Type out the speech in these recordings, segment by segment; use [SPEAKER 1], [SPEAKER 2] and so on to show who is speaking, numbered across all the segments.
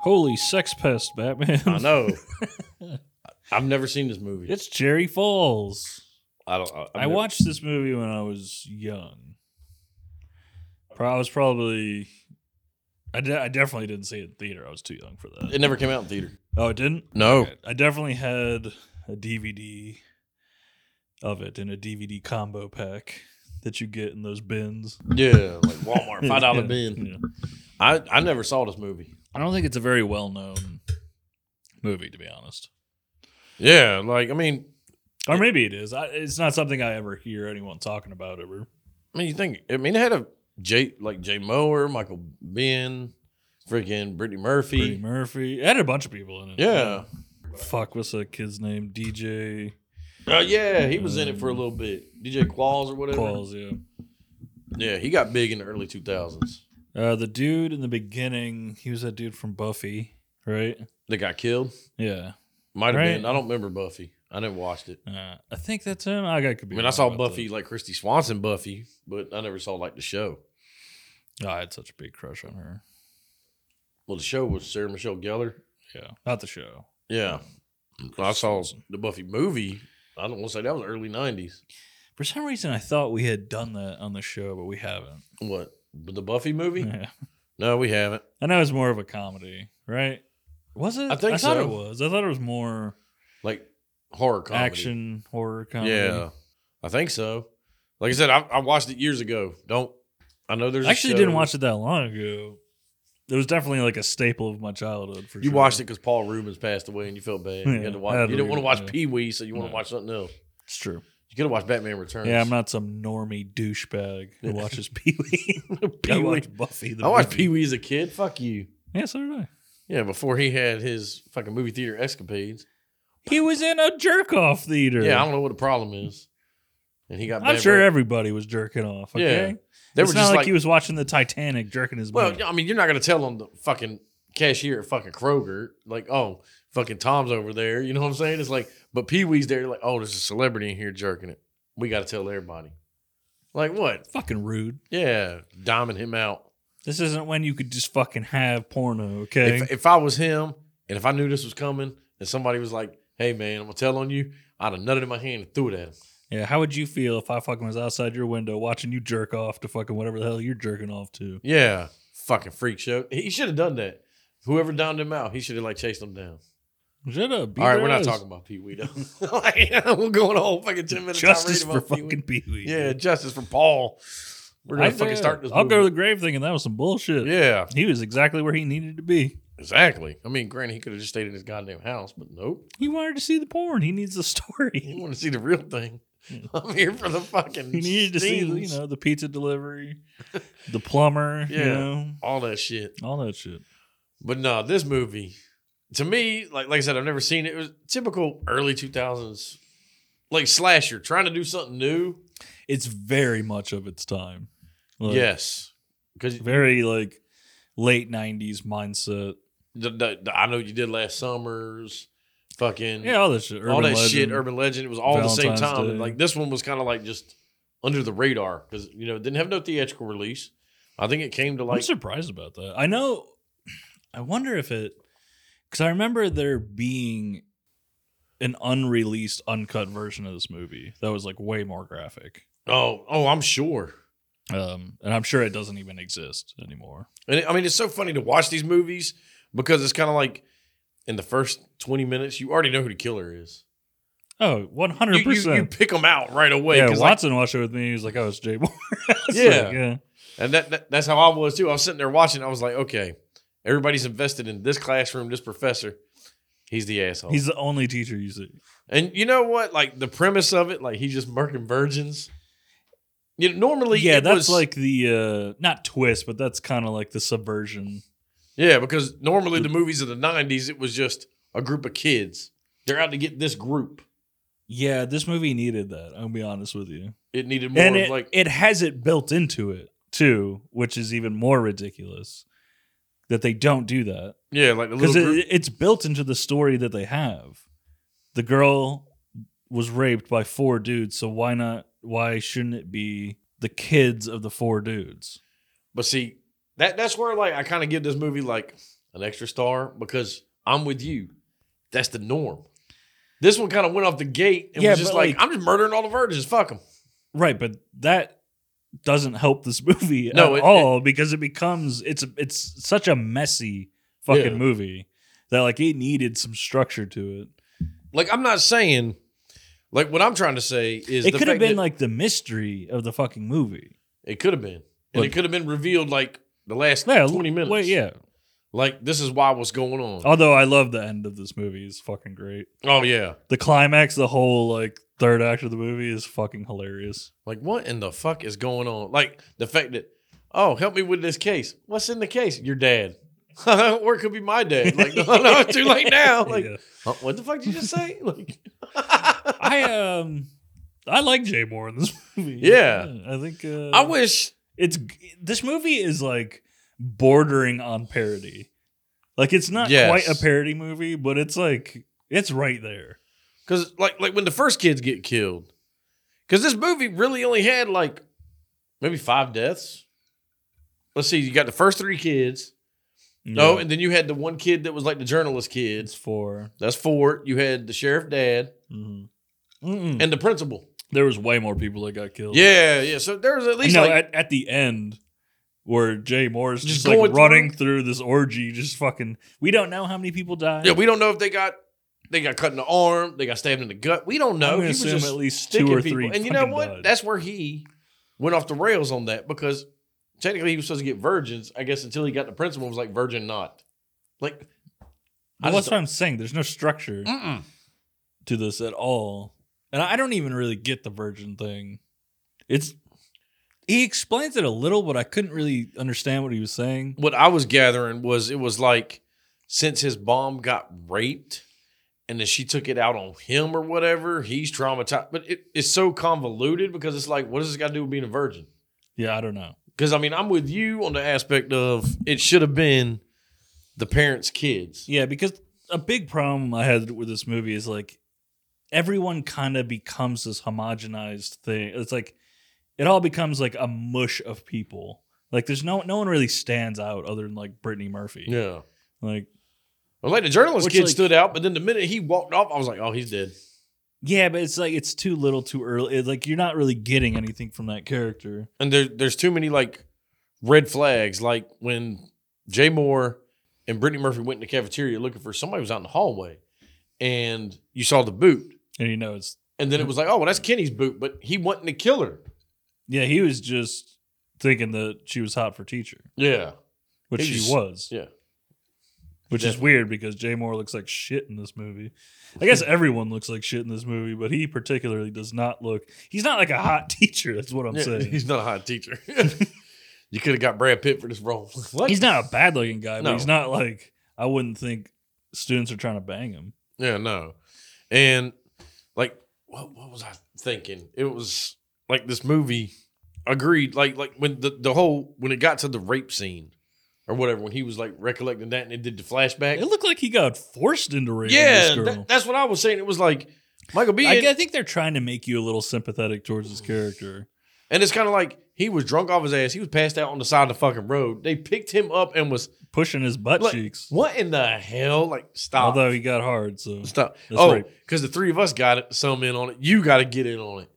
[SPEAKER 1] Holy sex pest, Batman.
[SPEAKER 2] I know. I've never seen this movie.
[SPEAKER 1] It's Cherry Falls.
[SPEAKER 2] I don't. I, I've
[SPEAKER 1] i
[SPEAKER 2] never-
[SPEAKER 1] watched this movie when I was young. Pro- I was probably. I, de- I definitely didn't see it in theater. I was too young for that.
[SPEAKER 2] It never came out in theater.
[SPEAKER 1] oh, it didn't?
[SPEAKER 2] No.
[SPEAKER 1] I definitely had a DVD of it in a DVD combo pack that you get in those bins.
[SPEAKER 2] Yeah, like Walmart Hmm. five dollar
[SPEAKER 1] Yeah,
[SPEAKER 2] bin.
[SPEAKER 1] yeah.
[SPEAKER 2] I I never saw this movie.
[SPEAKER 1] I don't think it's a very well known movie, to be honest.
[SPEAKER 2] Yeah, like I mean,
[SPEAKER 1] Or maybe it is. I, it's not something I ever hear anyone talking about ever.
[SPEAKER 2] I mean, you think I mean it had a Jay like Jay Mower, Michael Ben, freaking Brittany Murphy.
[SPEAKER 1] Freddie Murphy. It had a bunch of people in it.
[SPEAKER 2] Yeah.
[SPEAKER 1] Fuck, what's that kid's name? DJ
[SPEAKER 2] Oh yeah, he was in it for a little bit. DJ Qualls or whatever.
[SPEAKER 1] Qualls, yeah.
[SPEAKER 2] Yeah, he got big in the early two thousands.
[SPEAKER 1] Uh, the dude in the beginning, he was that dude from Buffy, right?
[SPEAKER 2] They got killed.
[SPEAKER 1] Yeah.
[SPEAKER 2] Might have
[SPEAKER 1] Right.
[SPEAKER 2] been. I don't remember Buffy. I never watched it.
[SPEAKER 1] Uh, I think that's him. I got could
[SPEAKER 2] I
[SPEAKER 1] be.
[SPEAKER 2] mean, I
[SPEAKER 1] wrong
[SPEAKER 2] saw
[SPEAKER 1] about that.
[SPEAKER 2] Buffy like Christy Swanson Buffy, but I never saw like the show.
[SPEAKER 1] Oh, I had such a big crush on her.
[SPEAKER 2] Well, the show was Sarah Michelle Gellar.
[SPEAKER 1] Yeah. Not the show.
[SPEAKER 2] Yeah, I saw the Buffy movie. I don't want to say that was early nineties.
[SPEAKER 1] For some reason, I thought we had done that on the show, but we haven't.
[SPEAKER 2] What the Buffy movie?
[SPEAKER 1] Yeah.
[SPEAKER 2] No, we haven't.
[SPEAKER 1] I know it's more of a comedy, right? Was it?
[SPEAKER 2] I think
[SPEAKER 1] thought
[SPEAKER 2] so.
[SPEAKER 1] it was. I thought it was more
[SPEAKER 2] Like horror comedy.
[SPEAKER 1] action horror comedy.
[SPEAKER 2] Yeah, I think so. Like I said, I, I watched it years ago. Don't I know there's
[SPEAKER 1] I actually
[SPEAKER 2] a show-
[SPEAKER 1] didn't watch it that long ago. It was definitely like a staple of my childhood. For
[SPEAKER 2] You watched it because Paul Rubens passed away, and you felt bad. you
[SPEAKER 1] Yeah,
[SPEAKER 2] had to watch.
[SPEAKER 1] I had
[SPEAKER 2] You
[SPEAKER 1] to
[SPEAKER 2] didn't want to watch
[SPEAKER 1] read it, yeah.
[SPEAKER 2] Pee Wee, so you want to
[SPEAKER 1] No.
[SPEAKER 2] watch something else.
[SPEAKER 1] It's true.
[SPEAKER 2] You could have watched Batman Returns.
[SPEAKER 1] Yeah, I'm not some normie douchebag who watches Pee Wee. I
[SPEAKER 2] Pee Wee.
[SPEAKER 1] watched Buffy. The
[SPEAKER 2] I watched
[SPEAKER 1] movie.
[SPEAKER 2] Pee Wee as a kid. Fuck you.
[SPEAKER 1] Yeah, so did I.
[SPEAKER 2] Yeah, before he had his fucking movie theater escapades.
[SPEAKER 1] He was in a jerk off theater.
[SPEAKER 2] Yeah, I don't know what the problem is. And he got.
[SPEAKER 1] I'm
[SPEAKER 2] bad
[SPEAKER 1] sure
[SPEAKER 2] rep.
[SPEAKER 1] everybody was jerking off.
[SPEAKER 2] Yeah.
[SPEAKER 1] Okay,
[SPEAKER 2] They
[SPEAKER 1] it's
[SPEAKER 2] were
[SPEAKER 1] not
[SPEAKER 2] just
[SPEAKER 1] like,
[SPEAKER 2] like,
[SPEAKER 1] he was watching the Titanic jerking his.
[SPEAKER 2] well,
[SPEAKER 1] butt.
[SPEAKER 2] yeah, I mean, you're not gonna tell on the fucking cashier at fucking Kroger, like, oh, fucking Tom's over there. You know what I'm saying? It's like, but Pee Wee's there, like, oh, there's a celebrity in here jerking it. We got to tell everybody. Like what?
[SPEAKER 1] fucking rude.
[SPEAKER 2] Yeah, diming him out.
[SPEAKER 1] This isn't when you could just fucking have porno. Okay,
[SPEAKER 2] If, if I was him, and if I knew this was coming, and somebody was like, "Hey man, I'm gonna tell on you," I'd have nutted in my hand and threw it at him.
[SPEAKER 1] Yeah, how would you feel if I fucking was outside your window watching you jerk off to fucking whatever the hell you're jerking off to?
[SPEAKER 2] Yeah, fucking freak show. He should have done that. Whoever downed him out, he should have like chased him down.
[SPEAKER 1] Shut up. beat
[SPEAKER 2] All right,
[SPEAKER 1] their
[SPEAKER 2] we're not
[SPEAKER 1] ass.
[SPEAKER 2] talking about Pee Wee though. like, we're going a whole fucking ten minutes.
[SPEAKER 1] justice
[SPEAKER 2] tirade
[SPEAKER 1] for
[SPEAKER 2] about Pee-wee.
[SPEAKER 1] fucking Pee Wee.
[SPEAKER 2] Yeah, justice for Paul. We're gonna fucking start this.
[SPEAKER 1] I'll go to the
[SPEAKER 2] movement.
[SPEAKER 1] grave thinking that was some bullshit.
[SPEAKER 2] Yeah,
[SPEAKER 1] He was exactly where he needed to be.
[SPEAKER 2] exactly. I mean, granted, he could have just stayed in his goddamn house, but nope.
[SPEAKER 1] He wanted to see the porn. He needs the
[SPEAKER 2] He
[SPEAKER 1] story.
[SPEAKER 2] wanted to see the real thing.
[SPEAKER 1] Yeah.
[SPEAKER 2] I'm here for the fucking.
[SPEAKER 1] Hmm. He needed to see,
[SPEAKER 2] scenes.
[SPEAKER 1] you know, the pizza delivery, the plumber, you
[SPEAKER 2] Yeah.
[SPEAKER 1] know,
[SPEAKER 2] all that shit.
[SPEAKER 1] all that shit.
[SPEAKER 2] But no, this movie to me, like like I said, I've never seen it. It was typical early two thousands, like slasher, trying to do something new.
[SPEAKER 1] It's very much of its time. Like,
[SPEAKER 2] yes, because
[SPEAKER 1] Very like late 90s mindset.
[SPEAKER 2] the, the, the- I know you did last summer's fucking
[SPEAKER 1] Yeah, all that shit.
[SPEAKER 2] Mm. all
[SPEAKER 1] Urban
[SPEAKER 2] that shit,
[SPEAKER 1] Legend.
[SPEAKER 2] urban legend. It was all the same
[SPEAKER 1] Valentine's
[SPEAKER 2] time. And
[SPEAKER 1] Day.
[SPEAKER 2] like this one was kind of like just under the radar because you know it didn't have no theatrical release. I think it came to
[SPEAKER 1] I'm
[SPEAKER 2] like
[SPEAKER 1] surprised about that. I know. I wonder if it because I remember there being an unreleased, uncut version of this movie that was like way more graphic.
[SPEAKER 2] oh oh I'm sure.
[SPEAKER 1] Um, and I'm sure it doesn't even exist anymore.
[SPEAKER 2] And it- I mean, it's so funny to watch these movies because it's kind of like in the first 20 minutes, you already know who the killer is.
[SPEAKER 1] Oh, 100
[SPEAKER 2] You, you, you
[SPEAKER 1] percent.
[SPEAKER 2] pick them out right away.
[SPEAKER 1] Yeah,
[SPEAKER 2] 'cause, like-
[SPEAKER 1] Watson watched it with me. He was like, "Oh, it's Jay Moore." I was
[SPEAKER 2] Yeah.
[SPEAKER 1] like, yeah.
[SPEAKER 2] and that, that- that's how I was too. I was sitting there watching. I was like, okay, everybody's invested in this classroom, this professor. He's the asshole.
[SPEAKER 1] He's the only teacher you see.
[SPEAKER 2] and you know what? Like the premise of it, like he's just murking virgins. You know, normally,
[SPEAKER 1] yeah,
[SPEAKER 2] it
[SPEAKER 1] that's
[SPEAKER 2] was-
[SPEAKER 1] like the uh not twist, but that's kind of like the subversion.
[SPEAKER 2] yeah, because normally the movies of the 90s, it was just a group of kids. They're out to get this group.
[SPEAKER 1] Yeah, this movie needed that. I'm gonna be honest with you.
[SPEAKER 2] It needed more
[SPEAKER 1] and
[SPEAKER 2] of
[SPEAKER 1] it,
[SPEAKER 2] like
[SPEAKER 1] it has it built into it too, which is even more ridiculous that they don't do that
[SPEAKER 2] yeah, like the little
[SPEAKER 1] because
[SPEAKER 2] group.
[SPEAKER 1] it, it's built into the story that they have. The girl was raped by four dudes, so why not? Why shouldn't it be the kids of the four dudes?
[SPEAKER 2] But see, that that's where like I kind of give this movie like an extra star because I'm with you. That's the norm. This one kind of went off the gate and
[SPEAKER 1] Yeah,
[SPEAKER 2] was just
[SPEAKER 1] but,
[SPEAKER 2] like,
[SPEAKER 1] like-
[SPEAKER 2] I'm just murdering all the virgins. Fuck them.
[SPEAKER 1] Right, but that doesn't help this movie
[SPEAKER 2] No,
[SPEAKER 1] at
[SPEAKER 2] it-
[SPEAKER 1] all because it becomes it's it's such a messy fucking
[SPEAKER 2] Yeah.
[SPEAKER 1] movie that like it needed some structure to it.
[SPEAKER 2] Like, I'm not saying, like, what I'm trying to say is
[SPEAKER 1] It
[SPEAKER 2] the
[SPEAKER 1] could have
[SPEAKER 2] fact
[SPEAKER 1] been
[SPEAKER 2] that-
[SPEAKER 1] like the mystery of the fucking movie.
[SPEAKER 2] it could have been. And
[SPEAKER 1] But-
[SPEAKER 2] it could have been revealed like the last
[SPEAKER 1] Yeah,
[SPEAKER 2] 20 minutes.
[SPEAKER 1] Wait, yeah.
[SPEAKER 2] Like, this is why what's going on. Oh,
[SPEAKER 1] Although I love the end of this movie is fucking great.
[SPEAKER 2] yeah.
[SPEAKER 1] The climax, the whole like third act of the movie is fucking hilarious.
[SPEAKER 2] Like, what in the fuck is going on? Like, the fact that, oh, help me with this case. What's in the case? Your dad. or it could be my dad. Like, no, no, it's too late now. Like,
[SPEAKER 1] Yeah.
[SPEAKER 2] huh, what the fuck did you just say? Like,
[SPEAKER 1] I um I like Jay Moore in this movie.
[SPEAKER 2] Yeah.
[SPEAKER 1] I think uh,
[SPEAKER 2] I wish.
[SPEAKER 1] it's g- this movie is like bordering on parody. Like it's not
[SPEAKER 2] Yes.
[SPEAKER 1] quite a parody movie, but it's like it's right there.
[SPEAKER 2] Cause like like when the first kids get killed, cause this movie really only had like maybe five deaths. Let's see, you got the first three kids.
[SPEAKER 1] Yeah.
[SPEAKER 2] No, Oh, and then you had the one kid that was like the journalist kid.
[SPEAKER 1] it's 4
[SPEAKER 2] That's four. You had the sheriff dad
[SPEAKER 1] Mhm. Mm-mm.
[SPEAKER 2] and the principal.
[SPEAKER 1] There was way more people that got killed.
[SPEAKER 2] Yeah, yeah. So there was at least
[SPEAKER 1] no,
[SPEAKER 2] like
[SPEAKER 1] at, at the end where Jay Moore's
[SPEAKER 2] Just
[SPEAKER 1] just,
[SPEAKER 2] going
[SPEAKER 1] like
[SPEAKER 2] through?
[SPEAKER 1] running through this orgy, just fucking. We don't know how many people died.
[SPEAKER 2] yeah. We don't know if they got they got cut in the arm, they got stabbed in the gut. We don't know.
[SPEAKER 1] I'm
[SPEAKER 2] He
[SPEAKER 1] gonna
[SPEAKER 2] was
[SPEAKER 1] assume
[SPEAKER 2] just
[SPEAKER 1] at least
[SPEAKER 2] sticking
[SPEAKER 1] two or
[SPEAKER 2] people.
[SPEAKER 1] three.
[SPEAKER 2] And you know
[SPEAKER 1] fucking
[SPEAKER 2] what?
[SPEAKER 1] died.
[SPEAKER 2] That's where he went off the rails on that because technically he was supposed to get virgins, I guess, until he got the principal and was like virgin not. Like, I
[SPEAKER 1] Well,
[SPEAKER 2] just
[SPEAKER 1] that's what I'm saying. There's no structure
[SPEAKER 2] mm-mm.
[SPEAKER 1] to this at all, and I don't even really get the virgin thing. It's he explains it a little, but I couldn't really understand what he was saying.
[SPEAKER 2] what I was gathering was it was like since his mom got raped and then she took it out on him or whatever, he's traumatized. But it, it's so convoluted because it's like, what does this got to do with being a virgin?
[SPEAKER 1] Yeah, I don't know.
[SPEAKER 2] Because I mean, I'm with you on the aspect of it should have been the parents' kids.
[SPEAKER 1] Yeah, because a big problem I had with this movie is like everyone kind of becomes this homogenized thing. It's like it all becomes like a mush of people. Like there's no no one really stands out other than like Brittany Murphy.
[SPEAKER 2] Yeah.
[SPEAKER 1] Like
[SPEAKER 2] Well, like the journalist
[SPEAKER 1] Which,
[SPEAKER 2] kid
[SPEAKER 1] like-
[SPEAKER 2] stood out, but then the minute he walked off, I was like, "Oh, he's dead."
[SPEAKER 1] yeah, but it's like it's too little, too early. It's like you're not really getting anything from that character.
[SPEAKER 2] And there, there's too many like red flags. Like when Jay Moore and Brittany Murphy went in the cafeteria looking for somebody was out in the hallway, and you saw the boot,
[SPEAKER 1] And you know it's
[SPEAKER 2] and then it was like, "Oh, well, that's Kenny's boot," but he wasn't the killer.
[SPEAKER 1] yeah, he was just thinking that she was hot for teacher,
[SPEAKER 2] Yeah,
[SPEAKER 1] which
[SPEAKER 2] He
[SPEAKER 1] she
[SPEAKER 2] just-
[SPEAKER 1] was.
[SPEAKER 2] yeah.
[SPEAKER 1] Which is weird because Jay Moore looks like shit in this movie. I guess everyone looks like shit in this movie, but he particularly does not look. He's not like a hot teacher. That's what I'm
[SPEAKER 2] Yeah,
[SPEAKER 1] saying. He's,
[SPEAKER 2] he's not a hot teacher. you could have got Brad Pitt for this role. what?
[SPEAKER 1] not a bad looking guy,
[SPEAKER 2] No.
[SPEAKER 1] but he's not like I wouldn't think students are trying to bang him.
[SPEAKER 2] Yeah, no. And like what what was I thinking? It was like this movie agreed like like when the, the whole when it got to the rape scene or whatever when he was like recollecting that and it did the flashback.
[SPEAKER 1] It looked like he got forced into raping
[SPEAKER 2] yeah,
[SPEAKER 1] this girl.
[SPEAKER 2] that- that's what I was saying. It was like Michael B.
[SPEAKER 1] I,
[SPEAKER 2] and,
[SPEAKER 1] I think they're trying to make you a little sympathetic towards this character.
[SPEAKER 2] and it's kind of like he was drunk off his ass. He was passed out on the side of the fucking road. They picked him up and was
[SPEAKER 1] Pushing his butt
[SPEAKER 2] Like,
[SPEAKER 1] cheeks.
[SPEAKER 2] what in the hell? Like stop.
[SPEAKER 1] Although he got hard, so
[SPEAKER 2] stop.
[SPEAKER 1] That's
[SPEAKER 2] oh,
[SPEAKER 1] right.
[SPEAKER 2] because the three of us got it, some in on it. You got to get in on it.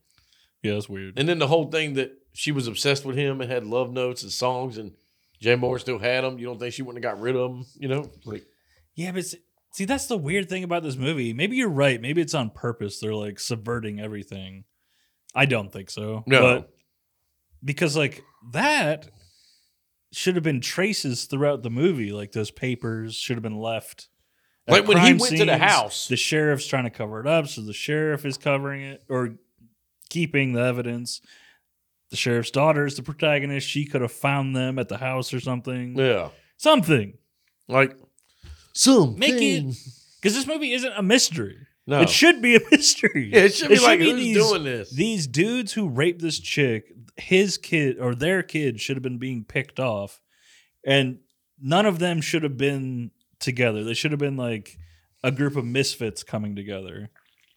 [SPEAKER 1] yeah, it's weird.
[SPEAKER 2] And then the whole thing that she was obsessed with him and had love notes and songs, and Jay Moore still had them. You don't think she wouldn't have got rid of them? You know, like
[SPEAKER 1] Yeah, but see- see, that's the weird thing about this movie. Maybe you're right. Maybe it's on purpose. They're like subverting everything. I don't think so.
[SPEAKER 2] no,
[SPEAKER 1] because like that should have been traces throughout the movie. Like those papers should have been left. at
[SPEAKER 2] like when he
[SPEAKER 1] crime
[SPEAKER 2] went to the
[SPEAKER 1] scenes,
[SPEAKER 2] house,
[SPEAKER 1] the sheriff's trying to cover it up, so the sheriff is covering it or keeping the evidence. The sheriff's daughter is the protagonist. She could have found them at the house or something.
[SPEAKER 2] yeah,
[SPEAKER 1] Something.
[SPEAKER 2] like some
[SPEAKER 1] Make it- Because this movie isn't a mystery.
[SPEAKER 2] no,
[SPEAKER 1] It should be a mystery.
[SPEAKER 2] Oh. Yeah, it should be like who's
[SPEAKER 1] these,
[SPEAKER 2] doing this?
[SPEAKER 1] these dudes who raped this chick, his kid or their kid should have been being picked off, and none of them should have been together. They should have been like a group of misfits coming together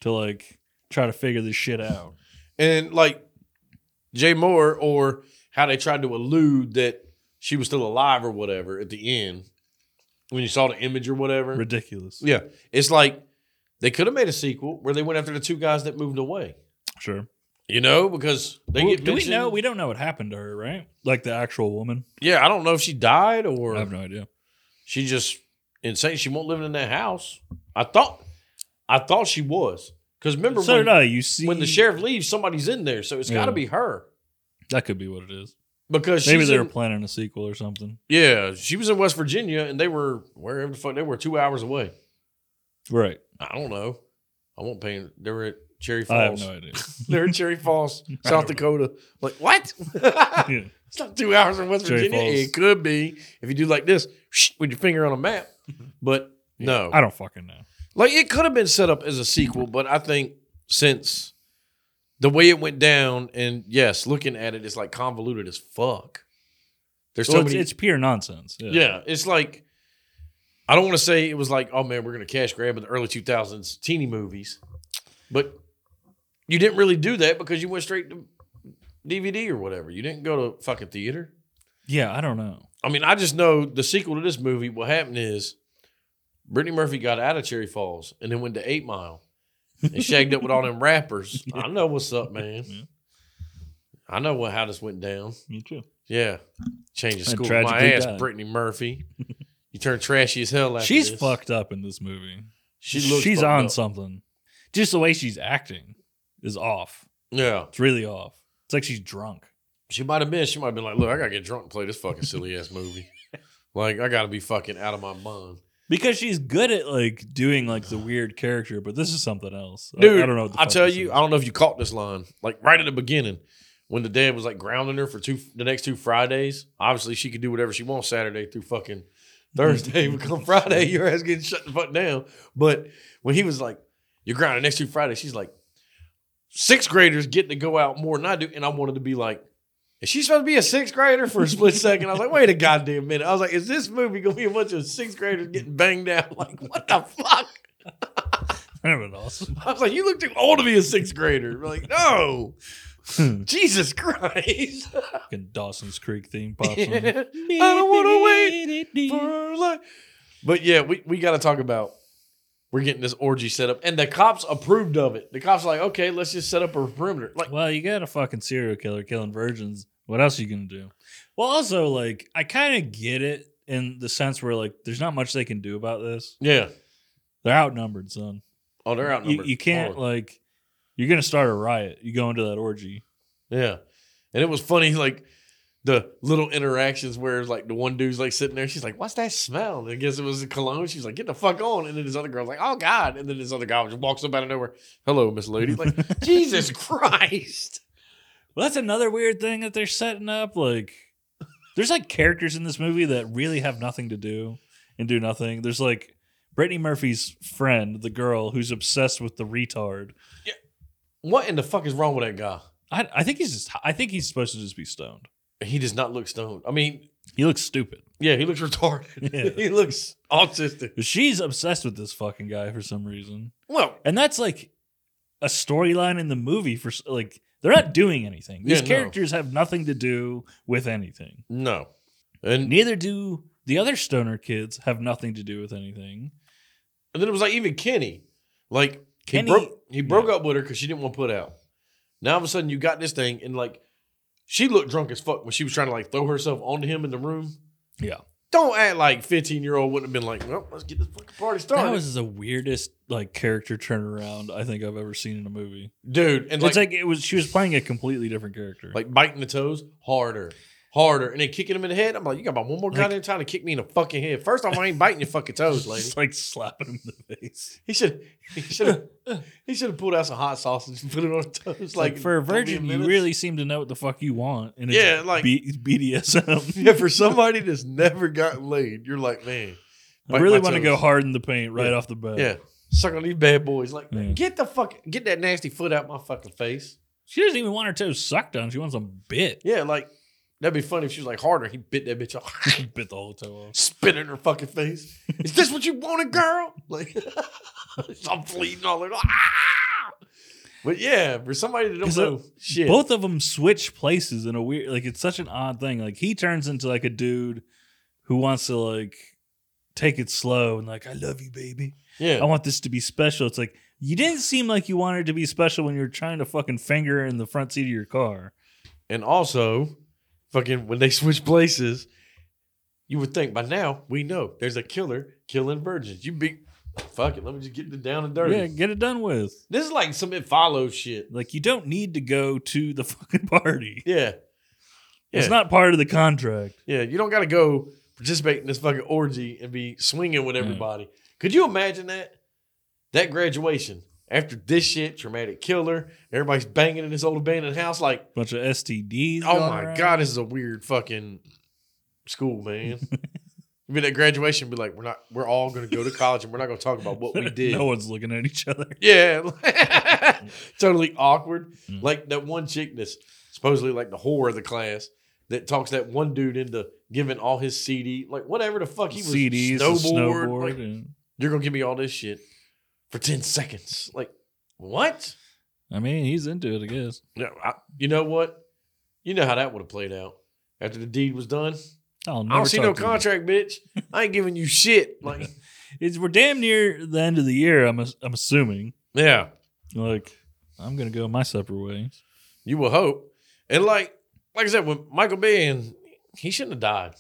[SPEAKER 1] to like try to figure this shit out.
[SPEAKER 2] and like Jay Moore or how they tried to allude that she was still alive or whatever at the end. when you saw the image or whatever.
[SPEAKER 1] Ridiculous.
[SPEAKER 2] Yeah. It's like they could have made a sequel where they went after the two guys that moved away.
[SPEAKER 1] Sure.
[SPEAKER 2] You know, because they
[SPEAKER 1] Well,
[SPEAKER 2] get
[SPEAKER 1] do we
[SPEAKER 2] mentioned-
[SPEAKER 1] know? We don't know what happened to her, right? Like the actual woman.
[SPEAKER 2] Yeah, I don't know if she died
[SPEAKER 1] I have
[SPEAKER 2] or
[SPEAKER 1] no idea.
[SPEAKER 2] she just insane. She won't live in that house. I thought I thought she was. Because remember
[SPEAKER 1] so
[SPEAKER 2] when,
[SPEAKER 1] did I. You see,
[SPEAKER 2] when the sheriff leaves, somebody's in there. So it's gotta
[SPEAKER 1] Yeah.
[SPEAKER 2] be her.
[SPEAKER 1] that could be what it is.
[SPEAKER 2] Because
[SPEAKER 1] Maybe
[SPEAKER 2] she's
[SPEAKER 1] they were
[SPEAKER 2] in-
[SPEAKER 1] planning a sequel or something.
[SPEAKER 2] Yeah, she was in West Virginia and they were wherever the fuck they were two hours away.
[SPEAKER 1] Right.
[SPEAKER 2] I don't know. I won't pay they were at Cherry
[SPEAKER 1] I have
[SPEAKER 2] Falls.
[SPEAKER 1] no idea.
[SPEAKER 2] They're in Cherry Falls,
[SPEAKER 1] I
[SPEAKER 2] South
[SPEAKER 1] don't know.
[SPEAKER 2] Dakota. Like what?
[SPEAKER 1] Yeah.
[SPEAKER 2] It's not two hours in West
[SPEAKER 1] Cherry
[SPEAKER 2] Virginia.
[SPEAKER 1] Falls.
[SPEAKER 2] It could be if you do like this with your finger on a map. But no,
[SPEAKER 1] Mm-hmm. I don't fucking know.
[SPEAKER 2] like it could have been set up as a sequel. But I think since the way it went down, and yes, looking at it, it's like convoluted as fuck. There's so
[SPEAKER 1] Well, it's,
[SPEAKER 2] many.
[SPEAKER 1] it's pure nonsense. Yeah.
[SPEAKER 2] yeah, it's like I don't want to say it was like oh man, we're gonna cash grab in the early 2000s teeny movies, but you didn't really do that because you went straight to DVD or whatever. You didn't go to fucking theater.
[SPEAKER 1] Yeah, I don't know.
[SPEAKER 2] I mean, I just know the sequel to this movie. What happened is Brittany Murphy got out of Cherry Falls and then went to Eight Mile and shagged up with all them rappers. I know what's up, man.
[SPEAKER 1] Yeah.
[SPEAKER 2] I know what how this went down.
[SPEAKER 1] Me too.
[SPEAKER 2] Yeah, change
[SPEAKER 1] And
[SPEAKER 2] of school. My
[SPEAKER 1] tragically
[SPEAKER 2] ass,
[SPEAKER 1] died.
[SPEAKER 2] Brittany Murphy. You turn trashy as hell. After
[SPEAKER 1] She's
[SPEAKER 2] this.
[SPEAKER 1] fucked up in this movie.
[SPEAKER 2] She looks
[SPEAKER 1] she's
[SPEAKER 2] fucked
[SPEAKER 1] on
[SPEAKER 2] up.
[SPEAKER 1] something. Just the way she's acting is off.
[SPEAKER 2] Yeah,
[SPEAKER 1] It's really off. It's like she's drunk.
[SPEAKER 2] she might have been. She might have been like, "Look, I gotta get drunk and play this fucking silly ass movie. Like, I gotta be fucking out of my mind."
[SPEAKER 1] Because she's good at like doing like the weird character, but this is something else. I-
[SPEAKER 2] Dude,
[SPEAKER 1] I, don't know. What the
[SPEAKER 2] I
[SPEAKER 1] fuck
[SPEAKER 2] tell
[SPEAKER 1] this
[SPEAKER 2] you,
[SPEAKER 1] is.
[SPEAKER 2] I don't know if you caught this line, like right at the beginning, when the dad was like grounding her for two the next two Fridays. Obviously, she could do whatever she wants Saturday through fucking Thursday, but come Friday, your ass getting shut the fuck down. But when he was like, "You're grounding next two Fridays," she's like, sixth graders get to go out more than I do," and I wanted to be like. Is she supposed to be a sixth grader for a split second? I was like, wait a goddamn minute. I was like, is this movie gonna be a bunch of sixth graders getting banged out? Like, what the fuck?
[SPEAKER 1] Kind of an awesome.
[SPEAKER 2] I was like, you look too old to be a sixth grader. We're like, no, Jesus Christ.
[SPEAKER 1] Fucking Dawson's Creek theme pops. on.
[SPEAKER 2] I don't want to wait for our life. But yeah, we, we got to talk about we're getting this orgy set up. And the cops approved of it. The cops are like, okay, let's just set up a perimeter. Like,
[SPEAKER 1] Well, you got a fucking serial killer killing virgins. What else are you gonna do? Well, also like I kind of get it in the sense where like there's not much they can do about this.
[SPEAKER 2] yeah.
[SPEAKER 1] They're outnumbered, son.
[SPEAKER 2] Oh, they're
[SPEAKER 1] You,
[SPEAKER 2] outnumbered.
[SPEAKER 1] you can't
[SPEAKER 2] Hard.
[SPEAKER 1] like you're gonna start a riot. You go into that orgy.
[SPEAKER 2] Yeah. And it was funny, like, the little interactions where like the one dude's like sitting there, she's like, "What's that smell?" And I guess it was the cologne. She's like, "Get the fuck on!" And then this other girl's like, "Oh God!" And then this other guy just walks up out of nowhere, "Hello, Miss Lady." Like, Jesus Christ.
[SPEAKER 1] Well, that's another weird thing that they're setting up. Like, there's like characters in this movie that really have nothing to do and do nothing. There's like Brittany Murphy's friend, the girl who's obsessed with the retard.
[SPEAKER 2] What in the fuck is wrong with that guy?
[SPEAKER 1] I, I think he's just. I think he's supposed to just be stoned.
[SPEAKER 2] He does not look stoned. I mean,
[SPEAKER 1] He looks stupid.
[SPEAKER 2] yeah, he looks retarded.
[SPEAKER 1] Yeah.
[SPEAKER 2] he looks autistic.
[SPEAKER 1] But she's obsessed with this fucking guy for some reason,
[SPEAKER 2] Well,
[SPEAKER 1] and that's like a storyline in the movie for s- like they're not doing anything. These
[SPEAKER 2] Yeah, no.
[SPEAKER 1] characters have nothing to do with anything.
[SPEAKER 2] no. And,
[SPEAKER 1] Neither do the other stoner kids. Have nothing to do with anything.
[SPEAKER 2] and then it was like even Kenny, like
[SPEAKER 1] Kenny-
[SPEAKER 2] he broke he broke up with her because she didn't want to put out. Now all of a sudden you got this thing and like she looked drunk as fuck when she was trying to like throw herself onto him in the room.
[SPEAKER 1] Yeah.
[SPEAKER 2] Don't act like fifteen year old wouldn't have been like, well, let's get this fucking party started,
[SPEAKER 1] That was the weirdest like character turnaround I think I've ever seen in a movie.
[SPEAKER 2] dude. And
[SPEAKER 1] it's like it was she was playing a completely different character.
[SPEAKER 2] like biting the toes harder, harder, and then kicking him in the head. I'm like, you got about one more
[SPEAKER 1] Like-
[SPEAKER 2] goddamn time to kick me in the fucking head. First off, I ain't biting your fucking toes, lady.
[SPEAKER 1] Just, like slapping him in the face.
[SPEAKER 2] He should, he should, he should have pulled out some hot sausage and put it on her toes.
[SPEAKER 1] Like,
[SPEAKER 2] Like,
[SPEAKER 1] for a
[SPEAKER 2] don't be
[SPEAKER 1] virgin, you
[SPEAKER 2] menace.
[SPEAKER 1] really seem to know what the fuck you want. And it's
[SPEAKER 2] Yeah, like-
[SPEAKER 1] B- BDSM.
[SPEAKER 2] yeah. For somebody that's never gotten laid, you're like, man,
[SPEAKER 1] I
[SPEAKER 2] bite
[SPEAKER 1] really
[SPEAKER 2] my
[SPEAKER 1] want to
[SPEAKER 2] toes.
[SPEAKER 1] go hard in the paint right
[SPEAKER 2] Yeah.
[SPEAKER 1] off the bat.
[SPEAKER 2] Yeah, suck on these bad boys. Like,
[SPEAKER 1] Yeah.
[SPEAKER 2] get the fuck, get that nasty foot out my fucking face.
[SPEAKER 1] She doesn't even want her toes sucked on. She wants them bit.
[SPEAKER 2] Yeah, like that'd be funny if she was like harder. He bit that bitch off.
[SPEAKER 1] She bit the whole toe off.
[SPEAKER 2] spit in her fucking face. Is this what you wanted, girl? Like I'm bleeding all over. Ah! But yeah, for somebody that don't
[SPEAKER 1] 'Cause
[SPEAKER 2] know shit.
[SPEAKER 1] Both of them switch places in a weird, like it's such an odd thing. Like he turns into like a dude who wants to like take it slow and like, I love you, baby.
[SPEAKER 2] Yeah.
[SPEAKER 1] I want this to be special. It's like you didn't seem like you wanted it to be special when you were trying to fucking finger her in the front seat of your car.
[SPEAKER 2] And also, fucking when they switch places, you would think by now we know there's a killer killing virgins. You be fuck it. Let me just get the down and dirty.
[SPEAKER 1] Yeah, get it done with.
[SPEAKER 2] this is like some it follows shit.
[SPEAKER 1] Like you don't need to go to the fucking party.
[SPEAKER 2] Yeah. Yeah.
[SPEAKER 1] It's not part of the contract.
[SPEAKER 2] yeah. You don't gotta go participate in this fucking orgy and be swinging with
[SPEAKER 1] Yeah.
[SPEAKER 2] everybody. Could you imagine that? That graduation after this shit, traumatic killer, everybody's banging in this old abandoned house. Like,
[SPEAKER 1] Bunch of STDs.
[SPEAKER 2] oh
[SPEAKER 1] going
[SPEAKER 2] my
[SPEAKER 1] around.
[SPEAKER 2] god, this is a weird fucking school, man. I mean, at graduation, be like, we're not, we're all gonna go to college, and we're not gonna talk about what we did.
[SPEAKER 1] no one's looking at each other.
[SPEAKER 2] Yeah, totally awkward.
[SPEAKER 1] Mm.
[SPEAKER 2] Like that one chick that's supposedly like the whore of the class that talks that one dude into giving all his CD, like whatever the fuck he was
[SPEAKER 1] CDs, the
[SPEAKER 2] snowboard.
[SPEAKER 1] snowboard.
[SPEAKER 2] like,
[SPEAKER 1] and-
[SPEAKER 2] You're gonna give me all this shit for ten seconds? Like what?
[SPEAKER 1] I mean, he's into it, I guess.
[SPEAKER 2] Yeah, I- you know what? You know how that would have played out after the deed was done.
[SPEAKER 1] I'll
[SPEAKER 2] I
[SPEAKER 1] never
[SPEAKER 2] don't see
[SPEAKER 1] talk
[SPEAKER 2] no
[SPEAKER 1] to you.
[SPEAKER 2] contract, bitch. I ain't giving you shit. Like
[SPEAKER 1] It's, we're damn near the end of the year. I'm ass- I'm assuming.
[SPEAKER 2] yeah,
[SPEAKER 1] Like I'm gonna go my separate ways.
[SPEAKER 2] you will hope. And like like I said, with Michael Bay and he shouldn't have died.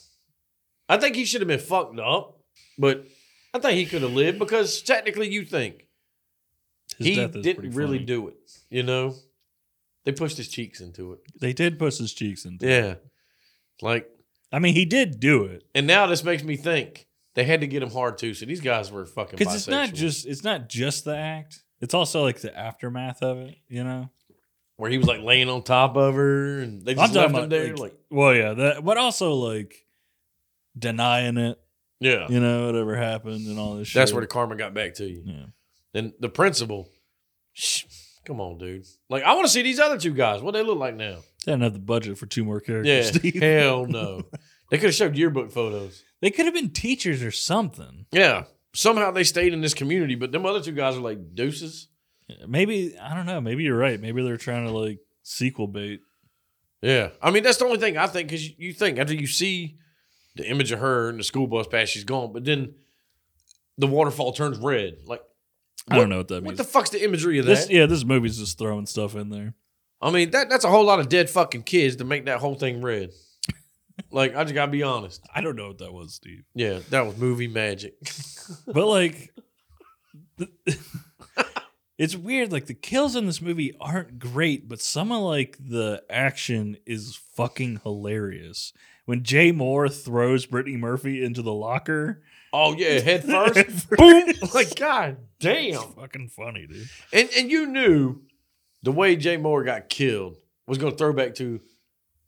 [SPEAKER 2] I think he should have been fucked up, but I think he could have lived because technically you think
[SPEAKER 1] His
[SPEAKER 2] he
[SPEAKER 1] death is
[SPEAKER 2] didn't
[SPEAKER 1] pretty
[SPEAKER 2] really
[SPEAKER 1] funny.
[SPEAKER 2] do it. You know? They pushed his cheeks into it.
[SPEAKER 1] They did push his cheeks into. it.
[SPEAKER 2] Yeah. Like
[SPEAKER 1] I mean, he did do it
[SPEAKER 2] and now this makes me think they had to get him hard too. So these guys were fucking
[SPEAKER 1] because it's not
[SPEAKER 2] bisexual.
[SPEAKER 1] just it's not just the act. It's also like the aftermath of it. You know,
[SPEAKER 2] where he was like laying on top of her and they
[SPEAKER 1] I'm
[SPEAKER 2] just
[SPEAKER 1] talking
[SPEAKER 2] left him
[SPEAKER 1] about,
[SPEAKER 2] there
[SPEAKER 1] like-
[SPEAKER 2] like,
[SPEAKER 1] Well, yeah, that. But also like denying it.
[SPEAKER 2] Yeah.
[SPEAKER 1] You know, whatever happened and all this. shit.
[SPEAKER 2] That's where the karma got back to you.
[SPEAKER 1] Yeah.
[SPEAKER 2] And the principal, shh, come on, dude. Like, I want to see these other two guys. What they look like now?
[SPEAKER 1] They didn't have the budget for two more
[SPEAKER 2] Yeah,
[SPEAKER 1] characters. Steve.
[SPEAKER 2] hell no. They could have showed yearbook photos.
[SPEAKER 1] They could have been teachers or something.
[SPEAKER 2] Yeah, somehow they stayed in this community, but them other two guys are like deuces.
[SPEAKER 1] Maybe I don't know. Maybe you're right. Maybe they're trying to like sequel bait.
[SPEAKER 2] Yeah, I mean that's the only thing I think because you think after you see the image of her and the school bus pass, she's gone, but then the waterfall turns red. Like,
[SPEAKER 1] I don't know what that
[SPEAKER 2] what
[SPEAKER 1] means.
[SPEAKER 2] the fuck's the imagery of that?
[SPEAKER 1] this, yeah, this movie's just throwing stuff in there.
[SPEAKER 2] I mean that that's a whole lot of dead fucking kids to make that whole thing red. like, I just gotta be honest.
[SPEAKER 1] I don't know what that was, Steve.
[SPEAKER 2] Yeah, that was movie magic.
[SPEAKER 1] But like, the, it's weird. Like the kills in this movie aren't great, but some of like the action is fucking hilarious. When Jay Moore throws Brittany Murphy into the locker,
[SPEAKER 2] oh yeah, head first.
[SPEAKER 1] boom,
[SPEAKER 2] like god damn.
[SPEAKER 1] it's fucking funny, dude.
[SPEAKER 2] And and you knew the way Jay Moore got killed was going to throw back to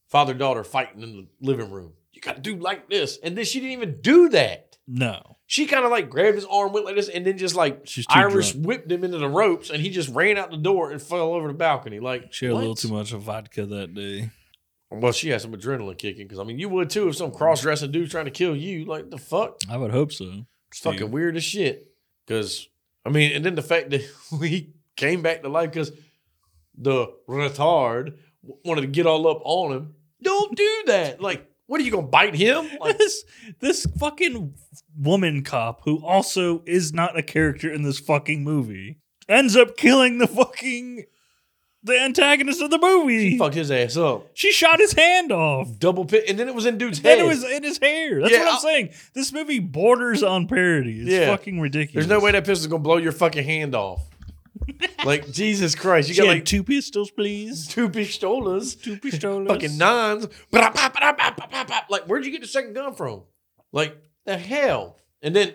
[SPEAKER 2] father daughter fighting in the living room. You got to do like this, and then she didn't even do that.
[SPEAKER 1] No,
[SPEAKER 2] She kind of like grabbed his arm, went like this, and then just like
[SPEAKER 1] she's too
[SPEAKER 2] Irish
[SPEAKER 1] drunk.
[SPEAKER 2] whipped him into the ropes, and he just ran out the door and fell over the balcony. Like
[SPEAKER 1] She had a
[SPEAKER 2] what?
[SPEAKER 1] little too much of vodka that day.
[SPEAKER 2] Well, she had some adrenaline kicking because I mean, you would too if some cross dressing dude's trying to kill you. Like the fuck.
[SPEAKER 1] I would hope so.
[SPEAKER 2] It's
[SPEAKER 1] Steve.
[SPEAKER 2] fucking weird as shit. Because I mean, and then the fact that we came back to life because the retard w- wanted to get all up on him. Don't do that. Like, what are you gonna bite him? Like,
[SPEAKER 1] this this fucking woman cop who also is not a character in this fucking movie ends up killing the fucking the antagonist of the movie.
[SPEAKER 2] he fucked his ass up.
[SPEAKER 1] She shot his hand off.
[SPEAKER 2] Double pit, and then it was in dude's head.
[SPEAKER 1] And it was in his hair. That's
[SPEAKER 2] Yeah,
[SPEAKER 1] what I'm
[SPEAKER 2] I-
[SPEAKER 1] saying. This movie borders on parody. It's
[SPEAKER 2] Yeah.
[SPEAKER 1] fucking ridiculous.
[SPEAKER 2] There's no way that pistol's gonna blow your fucking hand off. like Jesus Christ, you
[SPEAKER 1] She
[SPEAKER 2] got
[SPEAKER 1] had
[SPEAKER 2] like two,
[SPEAKER 1] two pistols, please.
[SPEAKER 2] pistolas,
[SPEAKER 1] Two pistols.
[SPEAKER 2] fucking nines. Ba-da, ba, ba, ba, ba, ba, ba. Like, where'd you get the second gun from? Like the hell. And then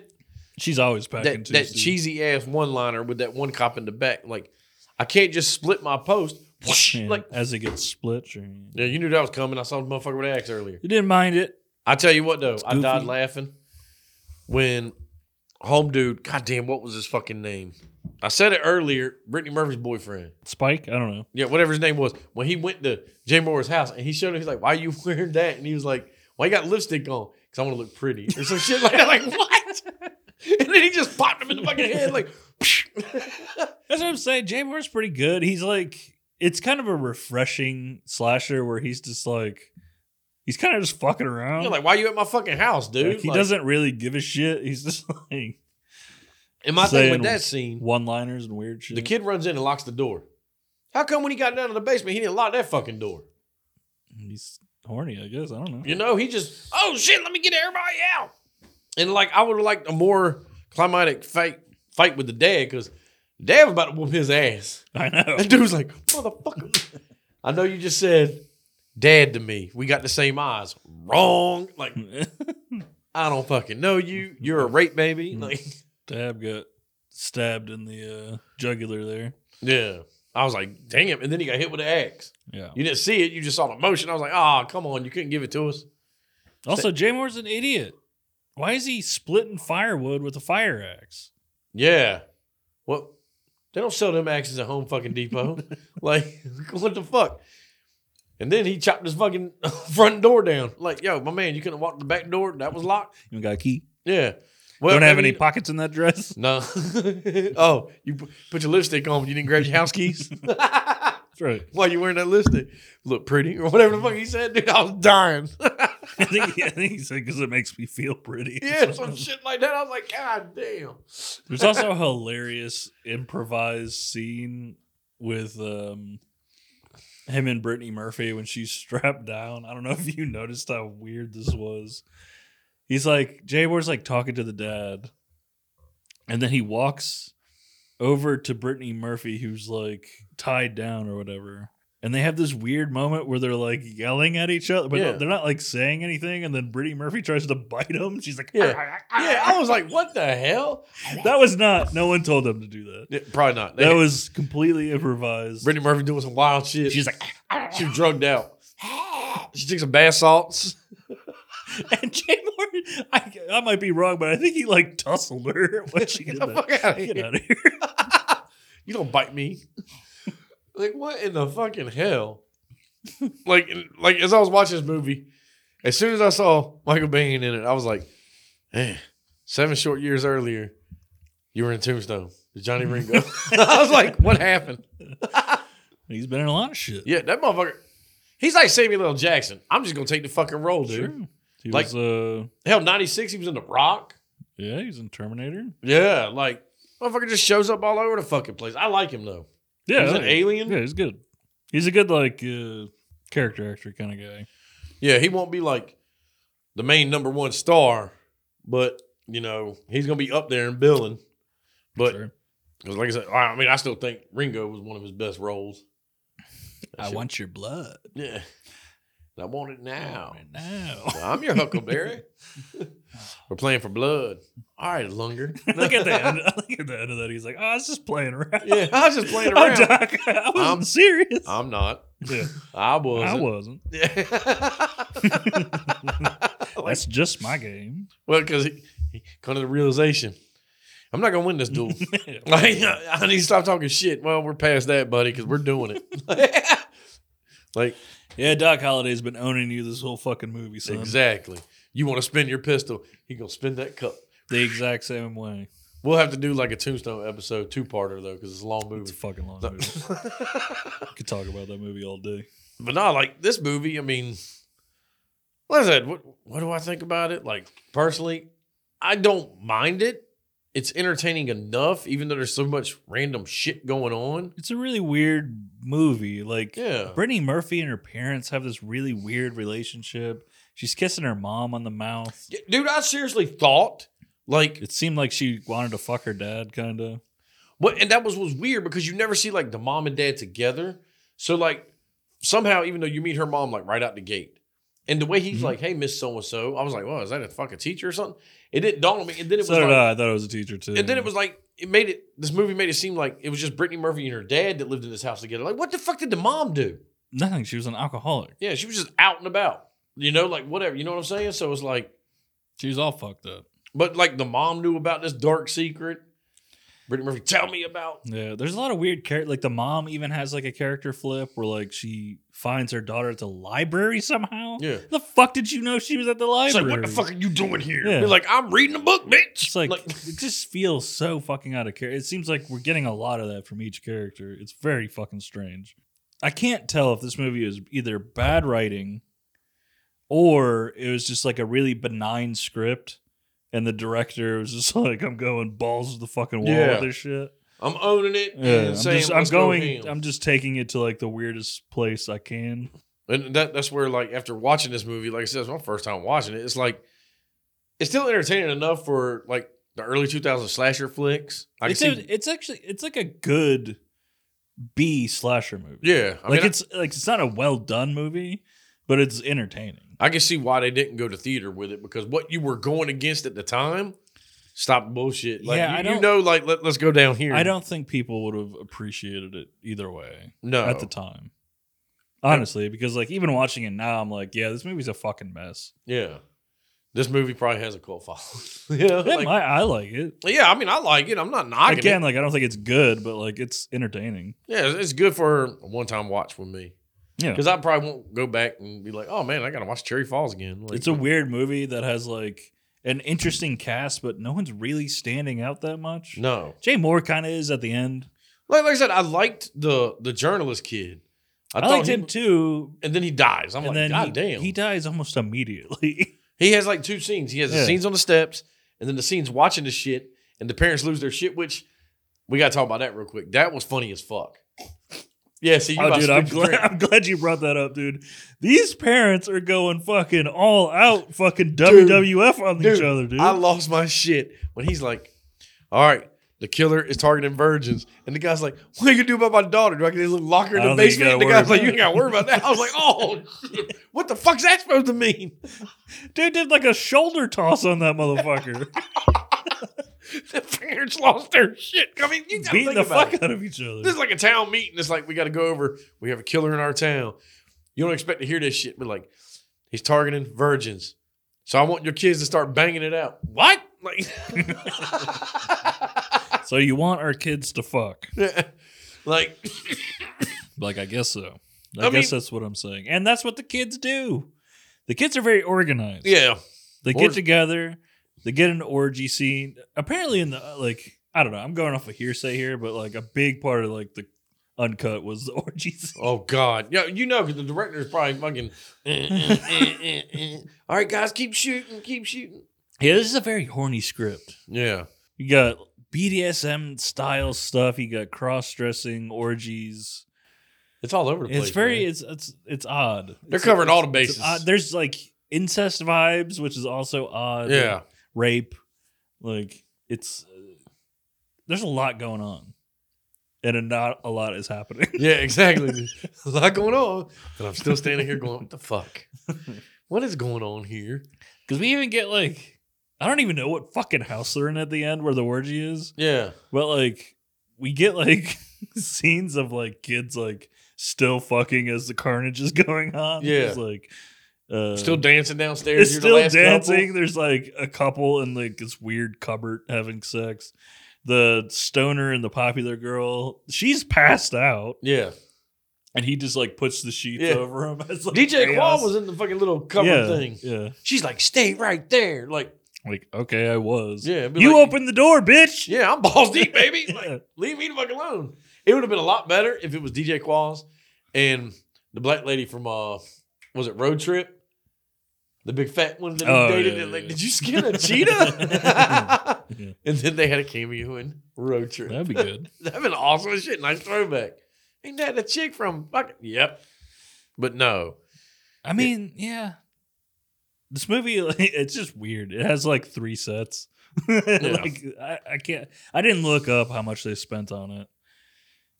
[SPEAKER 1] She's always packing
[SPEAKER 2] that,
[SPEAKER 1] two.
[SPEAKER 2] that cheesy ass one liner with that one cop in the back. Like, I can't just split my post. Whoosh,
[SPEAKER 1] Like
[SPEAKER 2] Like,
[SPEAKER 1] as it gets split. Sure.
[SPEAKER 2] yeah, you knew that was coming. I saw the motherfucker with the axe earlier.
[SPEAKER 1] You didn't mind it.
[SPEAKER 2] I tell you what, though, I
[SPEAKER 1] goofy.
[SPEAKER 2] died laughing when home dude, goddamn, what was his fucking name? I said it earlier, Brittany Murphy's boyfriend.
[SPEAKER 1] Spike. I don't know.
[SPEAKER 2] Yeah, whatever his name was. When he went to Jay Moore's house and he showed him, he's like, Why you wearing that? And he was like, Why you got lipstick on? Because I want to look pretty. Or some shit like that. Like, what? And then he just popped him in the fucking head, like,
[SPEAKER 1] That's what I'm saying. Jay Moore's pretty good. He's like, it's kind of a refreshing slasher where he's just like, He's kind of just fucking around.
[SPEAKER 2] You're like, why you at my fucking house, dude?
[SPEAKER 1] Like, he
[SPEAKER 2] Like,
[SPEAKER 1] doesn't really give a shit. He's just like
[SPEAKER 2] And my thing
[SPEAKER 1] saying-
[SPEAKER 2] with that scene,
[SPEAKER 1] one liners and weird shit.
[SPEAKER 2] the kid runs in and locks the door. How come when he got down to the basement, he didn't lock that fucking door?
[SPEAKER 1] He's horny, I guess. I don't know.
[SPEAKER 2] You know, he just, oh shit, let me get everybody out. And like, I would have liked a more climatic fight fight with the dad because dad was about to whoop his ass.
[SPEAKER 1] I know.
[SPEAKER 2] That dude's like, motherfucker. I know you just said dad to me. We got the same eyes. Wrong. Like, I don't fucking know you. You're a rape baby.
[SPEAKER 1] Mm-hmm.
[SPEAKER 2] Like,
[SPEAKER 1] Dab got stabbed in the uh, jugular there.
[SPEAKER 2] yeah. I was like, dang it. And then he got hit with an axe.
[SPEAKER 1] Yeah.
[SPEAKER 2] You didn't see it. You just saw the motion. I was like, ah, come on. You couldn't give it to us.
[SPEAKER 1] Also, Jay Moore's an idiot. Why is he splitting firewood with a fire axe?
[SPEAKER 2] Yeah. Well, they don't sell them axes at Home Fucking Depot. like, what the fuck? And then he chopped his fucking front door down. Like, yo, my man, you couldn't walk the back door. That was locked.
[SPEAKER 1] You got a key?
[SPEAKER 2] Yeah. Well,
[SPEAKER 1] don't have
[SPEAKER 2] maybe-
[SPEAKER 1] any pockets in that dress.
[SPEAKER 2] No. oh, you pu- put your lipstick on, but you didn't grab your house keys. Why
[SPEAKER 1] That's right.
[SPEAKER 2] you wearing that lipstick? Look pretty or whatever the fuck he said, dude. I was dying.
[SPEAKER 1] I think, I think he said because it makes me feel pretty.
[SPEAKER 2] yeah, some shit like that. I was like, God damn.
[SPEAKER 1] There's also a hilarious improvised scene with um, him and Brittany Murphy when she's strapped down. I don't know if you noticed how weird this was. He's like, Jay Moore's like talking to the dad. And then he walks over to Brittany Murphy, who's like tied down or whatever. And they have this weird moment where they're like yelling at each other, but
[SPEAKER 2] Yeah.
[SPEAKER 1] they're not like saying anything. And then Brittany Murphy tries to bite him. She's like, "Ah,
[SPEAKER 2] Yeah. Yeah, I was like, what the hell?
[SPEAKER 1] that was not, no one told them to do that.
[SPEAKER 2] Yeah, probably not. They-
[SPEAKER 1] That was completely improvised.
[SPEAKER 2] Brittany Murphy doing some wild shit.
[SPEAKER 1] She's like,
[SPEAKER 2] she was drugged out. She took some bath salts.
[SPEAKER 1] and Jay Moore, I, I might be wrong, but I think he like tussled her when she
[SPEAKER 2] Get
[SPEAKER 1] got
[SPEAKER 2] the
[SPEAKER 1] out.
[SPEAKER 2] fuck out of
[SPEAKER 1] Get
[SPEAKER 2] here.
[SPEAKER 1] out of here.
[SPEAKER 2] You don't bite me. like what in the fucking hell? like like as I was watching this movie, as soon as I saw Michael Bain in it, I was like, eh, seven short years earlier, you were in Tombstone. with Johnny Ringo. I was like, what happened?
[SPEAKER 1] He's been in a lot of shit.
[SPEAKER 2] Yeah, that motherfucker. He's like Samuel L. Jackson. I'm just gonna take the fucking role, dude.
[SPEAKER 1] sure. He
[SPEAKER 2] Like-
[SPEAKER 1] was, uh,
[SPEAKER 2] Hell, 96, he was in The Rock.
[SPEAKER 1] yeah, he's in Terminator.
[SPEAKER 2] Yeah, like motherfucker just shows up all over the fucking place. I like him though.
[SPEAKER 1] Yeah,
[SPEAKER 2] he's
[SPEAKER 1] I
[SPEAKER 2] an
[SPEAKER 1] like-
[SPEAKER 2] alien.
[SPEAKER 1] Yeah,
[SPEAKER 2] Yeah.
[SPEAKER 1] he's good. He's a good like uh, character actor kind of guy.
[SPEAKER 2] he won't be like the main number one star, but you know he's gonna be up there and billing. But
[SPEAKER 1] Sure.
[SPEAKER 2] 'cause like I said, I I mean, I still think Ringo was one of his best roles. That shit-
[SPEAKER 1] want your blood
[SPEAKER 2] yeah. I want it now.
[SPEAKER 1] right now.
[SPEAKER 2] I'm your Huckleberry. We're playing for blood. All right, Lunger.
[SPEAKER 1] look at that. Look at the end of that. He's like, oh, I was just playing around.
[SPEAKER 2] Yeah, I was just playing
[SPEAKER 1] Oh,
[SPEAKER 2] around.
[SPEAKER 1] Doc, I wasn't
[SPEAKER 2] I'm-
[SPEAKER 1] serious.
[SPEAKER 2] I'm not.
[SPEAKER 1] yeah,
[SPEAKER 2] I was.
[SPEAKER 1] I wasn't.
[SPEAKER 2] Yeah.
[SPEAKER 1] That's just my game.
[SPEAKER 2] Well, because he, he come to the realization, I'm not gonna win this duel. like I need to stop talking shit. Well, we're past that, buddy, because we're doing it. like
[SPEAKER 1] Yeah, Doc Holliday's been owning you this whole fucking movie, son.
[SPEAKER 2] exactly. You want to spin your pistol? He gonna spin that cup.
[SPEAKER 1] The exact same way.
[SPEAKER 2] We'll have to do like a tombstone episode, two parter though, because it's a long
[SPEAKER 1] It's
[SPEAKER 2] movie.
[SPEAKER 1] a fucking long movie.
[SPEAKER 2] but
[SPEAKER 1] Could talk about that movie all day.
[SPEAKER 2] no, like this movie. I mean, like I said, what what do I think about it? Like personally, I don't mind it. It's entertaining enough, even though there's so much random shit going on.
[SPEAKER 1] It's a really weird movie. Like
[SPEAKER 2] Yeah.
[SPEAKER 1] Brittany Murphy and her parents have this really weird relationship. She's kissing her mom on the mouth.
[SPEAKER 2] Yeah, Dude, I seriously thought like
[SPEAKER 1] It seemed like she wanted to fuck her dad, kind of.
[SPEAKER 2] what and that was was weird because you never see like the mom and dad together. So like somehow even though you meet her mom like right out the gate. And the way he's
[SPEAKER 1] Mhm.
[SPEAKER 2] like, "Hey, Miss So and So," I was like, "Well, is that a fucking teacher or something?" It didn't dawn on me. And then it
[SPEAKER 1] So
[SPEAKER 2] was
[SPEAKER 1] did
[SPEAKER 2] like,
[SPEAKER 1] I. I thought it was a teacher too.
[SPEAKER 2] and then it was like, it made it. This movie made it seem like it was just Brittany Murphy and her dad that lived in this house together. Like, what the fuck did the mom do?
[SPEAKER 1] nothing. She was an alcoholic.
[SPEAKER 2] Yeah, she was just out and about. You know, like whatever. You know what I'm saying? So it's like,
[SPEAKER 1] She was all fucked up.
[SPEAKER 2] but like the mom knew about this dark secret. Brittany Murphy, tell me about.
[SPEAKER 1] Yeah, there's a lot of weird character. Like the mom even has like a character flip where like she finds her daughter at the library somehow.
[SPEAKER 2] Yeah.
[SPEAKER 1] The fuck did you know she was at the library?
[SPEAKER 2] It's like, what the fuck are you doing here?
[SPEAKER 1] Yeah.
[SPEAKER 2] They're like, I'm reading a book, bitch.
[SPEAKER 1] It's like, it just feels so fucking out of character. It seems like we're getting a lot of that from each character. It's very fucking strange. I can't tell if this movie is either bad writing or it was just like a really benign script, and the director was just like, "I'm going balls to the fucking wall
[SPEAKER 2] Yeah.
[SPEAKER 1] with this shit."
[SPEAKER 2] I'm owning it.
[SPEAKER 1] Yeah,
[SPEAKER 2] and
[SPEAKER 1] I'm,
[SPEAKER 2] saying,
[SPEAKER 1] just, I'm
[SPEAKER 2] "Let's go
[SPEAKER 1] going.
[SPEAKER 2] ham."
[SPEAKER 1] I'm just taking it to like the weirdest place I can.
[SPEAKER 2] And that that's where like after watching this movie, like I said, it's my first time watching it. It's like it's still entertaining enough for like the early 2000 slasher flicks. I can
[SPEAKER 1] it's,
[SPEAKER 2] see,
[SPEAKER 1] a, it's actually it's like a good B slasher movie.
[SPEAKER 2] yeah, I
[SPEAKER 1] like
[SPEAKER 2] mean,
[SPEAKER 1] it's like it's not a well done movie, but it's entertaining.
[SPEAKER 2] I, I can see why they didn't go to theater with it because what you were going against at the time, stop bullshit. Like
[SPEAKER 1] Yeah, I
[SPEAKER 2] you, you
[SPEAKER 1] don't-
[SPEAKER 2] know, like let, us go down here.
[SPEAKER 1] I don't think people would have appreciated it either way
[SPEAKER 2] no
[SPEAKER 1] at the time. Honestly, because like even watching it now, I'm like, yeah, this movie's a fucking mess.
[SPEAKER 2] Yeah, this movie probably has a cult following. you know,
[SPEAKER 1] It
[SPEAKER 2] like-
[SPEAKER 1] might- I like it.
[SPEAKER 2] yeah, I mean, I like it. I'm not knocking
[SPEAKER 1] Again,
[SPEAKER 2] it.
[SPEAKER 1] like I don't think it's good, but like it's entertaining.
[SPEAKER 2] Yeah, it's- it's good for a one time watch with me.
[SPEAKER 1] Yeah.
[SPEAKER 2] Because I probably won't go back and be like, oh man, I gotta watch Cherry Falls again. Like,
[SPEAKER 1] It's a weird movie that has like an interesting cast, but no one's really standing out that much.
[SPEAKER 2] no.
[SPEAKER 1] Jay Moore kind of is at the end.
[SPEAKER 2] Like, like I said, I liked the the journalist kid. I,
[SPEAKER 1] I,
[SPEAKER 2] thought
[SPEAKER 1] liked
[SPEAKER 2] he-
[SPEAKER 1] him too.
[SPEAKER 2] and then he dies. I'm
[SPEAKER 1] and
[SPEAKER 2] like,
[SPEAKER 1] then
[SPEAKER 2] god
[SPEAKER 1] he,
[SPEAKER 2] damn.
[SPEAKER 1] he
[SPEAKER 2] He,
[SPEAKER 1] dies almost immediately.
[SPEAKER 2] has like two scenes. He has the
[SPEAKER 1] Yeah.
[SPEAKER 2] scenes on the steps, and then the scenes watching the shit, and the parents lose their shit. Which we gotta talk about that real quick. That was funny as fuck. Yeah, see, you
[SPEAKER 1] oh,
[SPEAKER 2] about
[SPEAKER 1] dude,
[SPEAKER 2] to
[SPEAKER 1] I'm
[SPEAKER 2] spit your
[SPEAKER 1] glad,
[SPEAKER 2] drink.
[SPEAKER 1] I'm glad you brought that up, dude. These parents are going fucking all out, fucking WWF on each
[SPEAKER 2] Dude,
[SPEAKER 1] other, dude.
[SPEAKER 2] I lost my shit when he's like, "All right, the killer is targeting virgins," and the guy's like, "What are you gonna do about my daughter? Do I get a little
[SPEAKER 1] I
[SPEAKER 2] locker
[SPEAKER 1] don't
[SPEAKER 2] in the
[SPEAKER 1] think you
[SPEAKER 2] basement?" And the
[SPEAKER 1] gotta
[SPEAKER 2] guy's
[SPEAKER 1] worry
[SPEAKER 2] like, "You ain't gotta worry about that." I was like, "Oh, shit. what the fuck's that supposed to mean?"
[SPEAKER 1] dude did like a shoulder toss on that motherfucker,
[SPEAKER 2] The parents lost their shit. I mean, you gotta
[SPEAKER 1] beating
[SPEAKER 2] think
[SPEAKER 1] the
[SPEAKER 2] about
[SPEAKER 1] fuck
[SPEAKER 2] it.
[SPEAKER 1] out of each other.
[SPEAKER 2] This is like a town meeting. It's like we got to go over. We have a killer in our town. You don't expect to hear this shit, but like, he's targeting virgins. So I want your kids to start banging it out. What? Like.
[SPEAKER 1] so you want our kids to fuck?
[SPEAKER 2] like,
[SPEAKER 1] Like, I guess so.
[SPEAKER 2] I
[SPEAKER 1] I, guess
[SPEAKER 2] mean-
[SPEAKER 1] that's what I'm saying, and that's what the kids do. The kids are very organized.
[SPEAKER 2] yeah,
[SPEAKER 1] They
[SPEAKER 2] Or-
[SPEAKER 1] get together, they get an orgy scene. Apparently, in the uh, like, I don't know. I'm going off of hearsay here, but like a big part of like the uncut was the orgy scene.
[SPEAKER 2] Oh God! Yeah, you know, because the director is probably fucking. "Eh, eh, eh, eh, eh. All right, guys, keep shooting, keep shooting.
[SPEAKER 1] Yeah, this is a very horny script.
[SPEAKER 2] Yeah,
[SPEAKER 1] You got BDSM style stuff. You got cross dressing orgies.
[SPEAKER 2] it's all over the place.
[SPEAKER 1] It's very
[SPEAKER 2] man.
[SPEAKER 1] it's it's it's odd.
[SPEAKER 2] They're
[SPEAKER 1] It's-
[SPEAKER 2] covering all the
[SPEAKER 1] it's
[SPEAKER 2] bases.
[SPEAKER 1] odd. There's like incest vibes, which is also odd.
[SPEAKER 2] yeah,
[SPEAKER 1] rape. Like it's uh, there's a lot going on, and a- not a lot is happening.
[SPEAKER 2] yeah, exactly. a lot going on, but I'm still standing here going, "What the fuck? What is going on here?"
[SPEAKER 1] Because we even get like, I don't even know what fucking house they're in at the end where the orgy is,
[SPEAKER 2] Yeah,
[SPEAKER 1] but like, we get like scenes of like kids like still fucking as the carnage is going on.
[SPEAKER 2] Yeah.
[SPEAKER 1] It's like, uh,
[SPEAKER 2] still dancing downstairs.
[SPEAKER 1] it's
[SPEAKER 2] You're
[SPEAKER 1] still
[SPEAKER 2] the last
[SPEAKER 1] dancing.
[SPEAKER 2] dancing.
[SPEAKER 1] There's like a couple in like this weird cupboard having sex. The stoner and the popular girl, she's passed out,
[SPEAKER 2] Yeah,
[SPEAKER 1] and he just like puts the sheets
[SPEAKER 2] Yeah.
[SPEAKER 1] over him. It's, like,
[SPEAKER 2] DJ
[SPEAKER 1] chaos.
[SPEAKER 2] Qual was in the fucking little cover
[SPEAKER 1] yeah,
[SPEAKER 2] thing.
[SPEAKER 1] Yeah,
[SPEAKER 2] She's like, "Stay right there." Like,
[SPEAKER 1] like okay, I was.
[SPEAKER 2] yeah, it'd be
[SPEAKER 1] You
[SPEAKER 2] like,
[SPEAKER 1] opened the door, bitch.
[SPEAKER 2] Yeah, I'm balls deep, baby. Like,
[SPEAKER 1] Yeah.
[SPEAKER 2] Leave me the fuck alone. It would have been a lot better if it was DJ Qualls and the black lady from uh was it Road Trip? The big fat one that he
[SPEAKER 1] Oh,
[SPEAKER 2] dated.
[SPEAKER 1] yeah,
[SPEAKER 2] and like,
[SPEAKER 1] yeah.
[SPEAKER 2] did you skin a cheetah?
[SPEAKER 1] Yeah.
[SPEAKER 2] And then they had a cameo in Road Trip.
[SPEAKER 1] That'd be good.
[SPEAKER 2] That'd been awesome as shit. Nice throwback. Ain't that the chick from fucking Yep. But no.
[SPEAKER 1] I mean, yeah. This movie, like, it's just weird. It has like three sets. like I, I can't. I didn't look up how much they spent on it.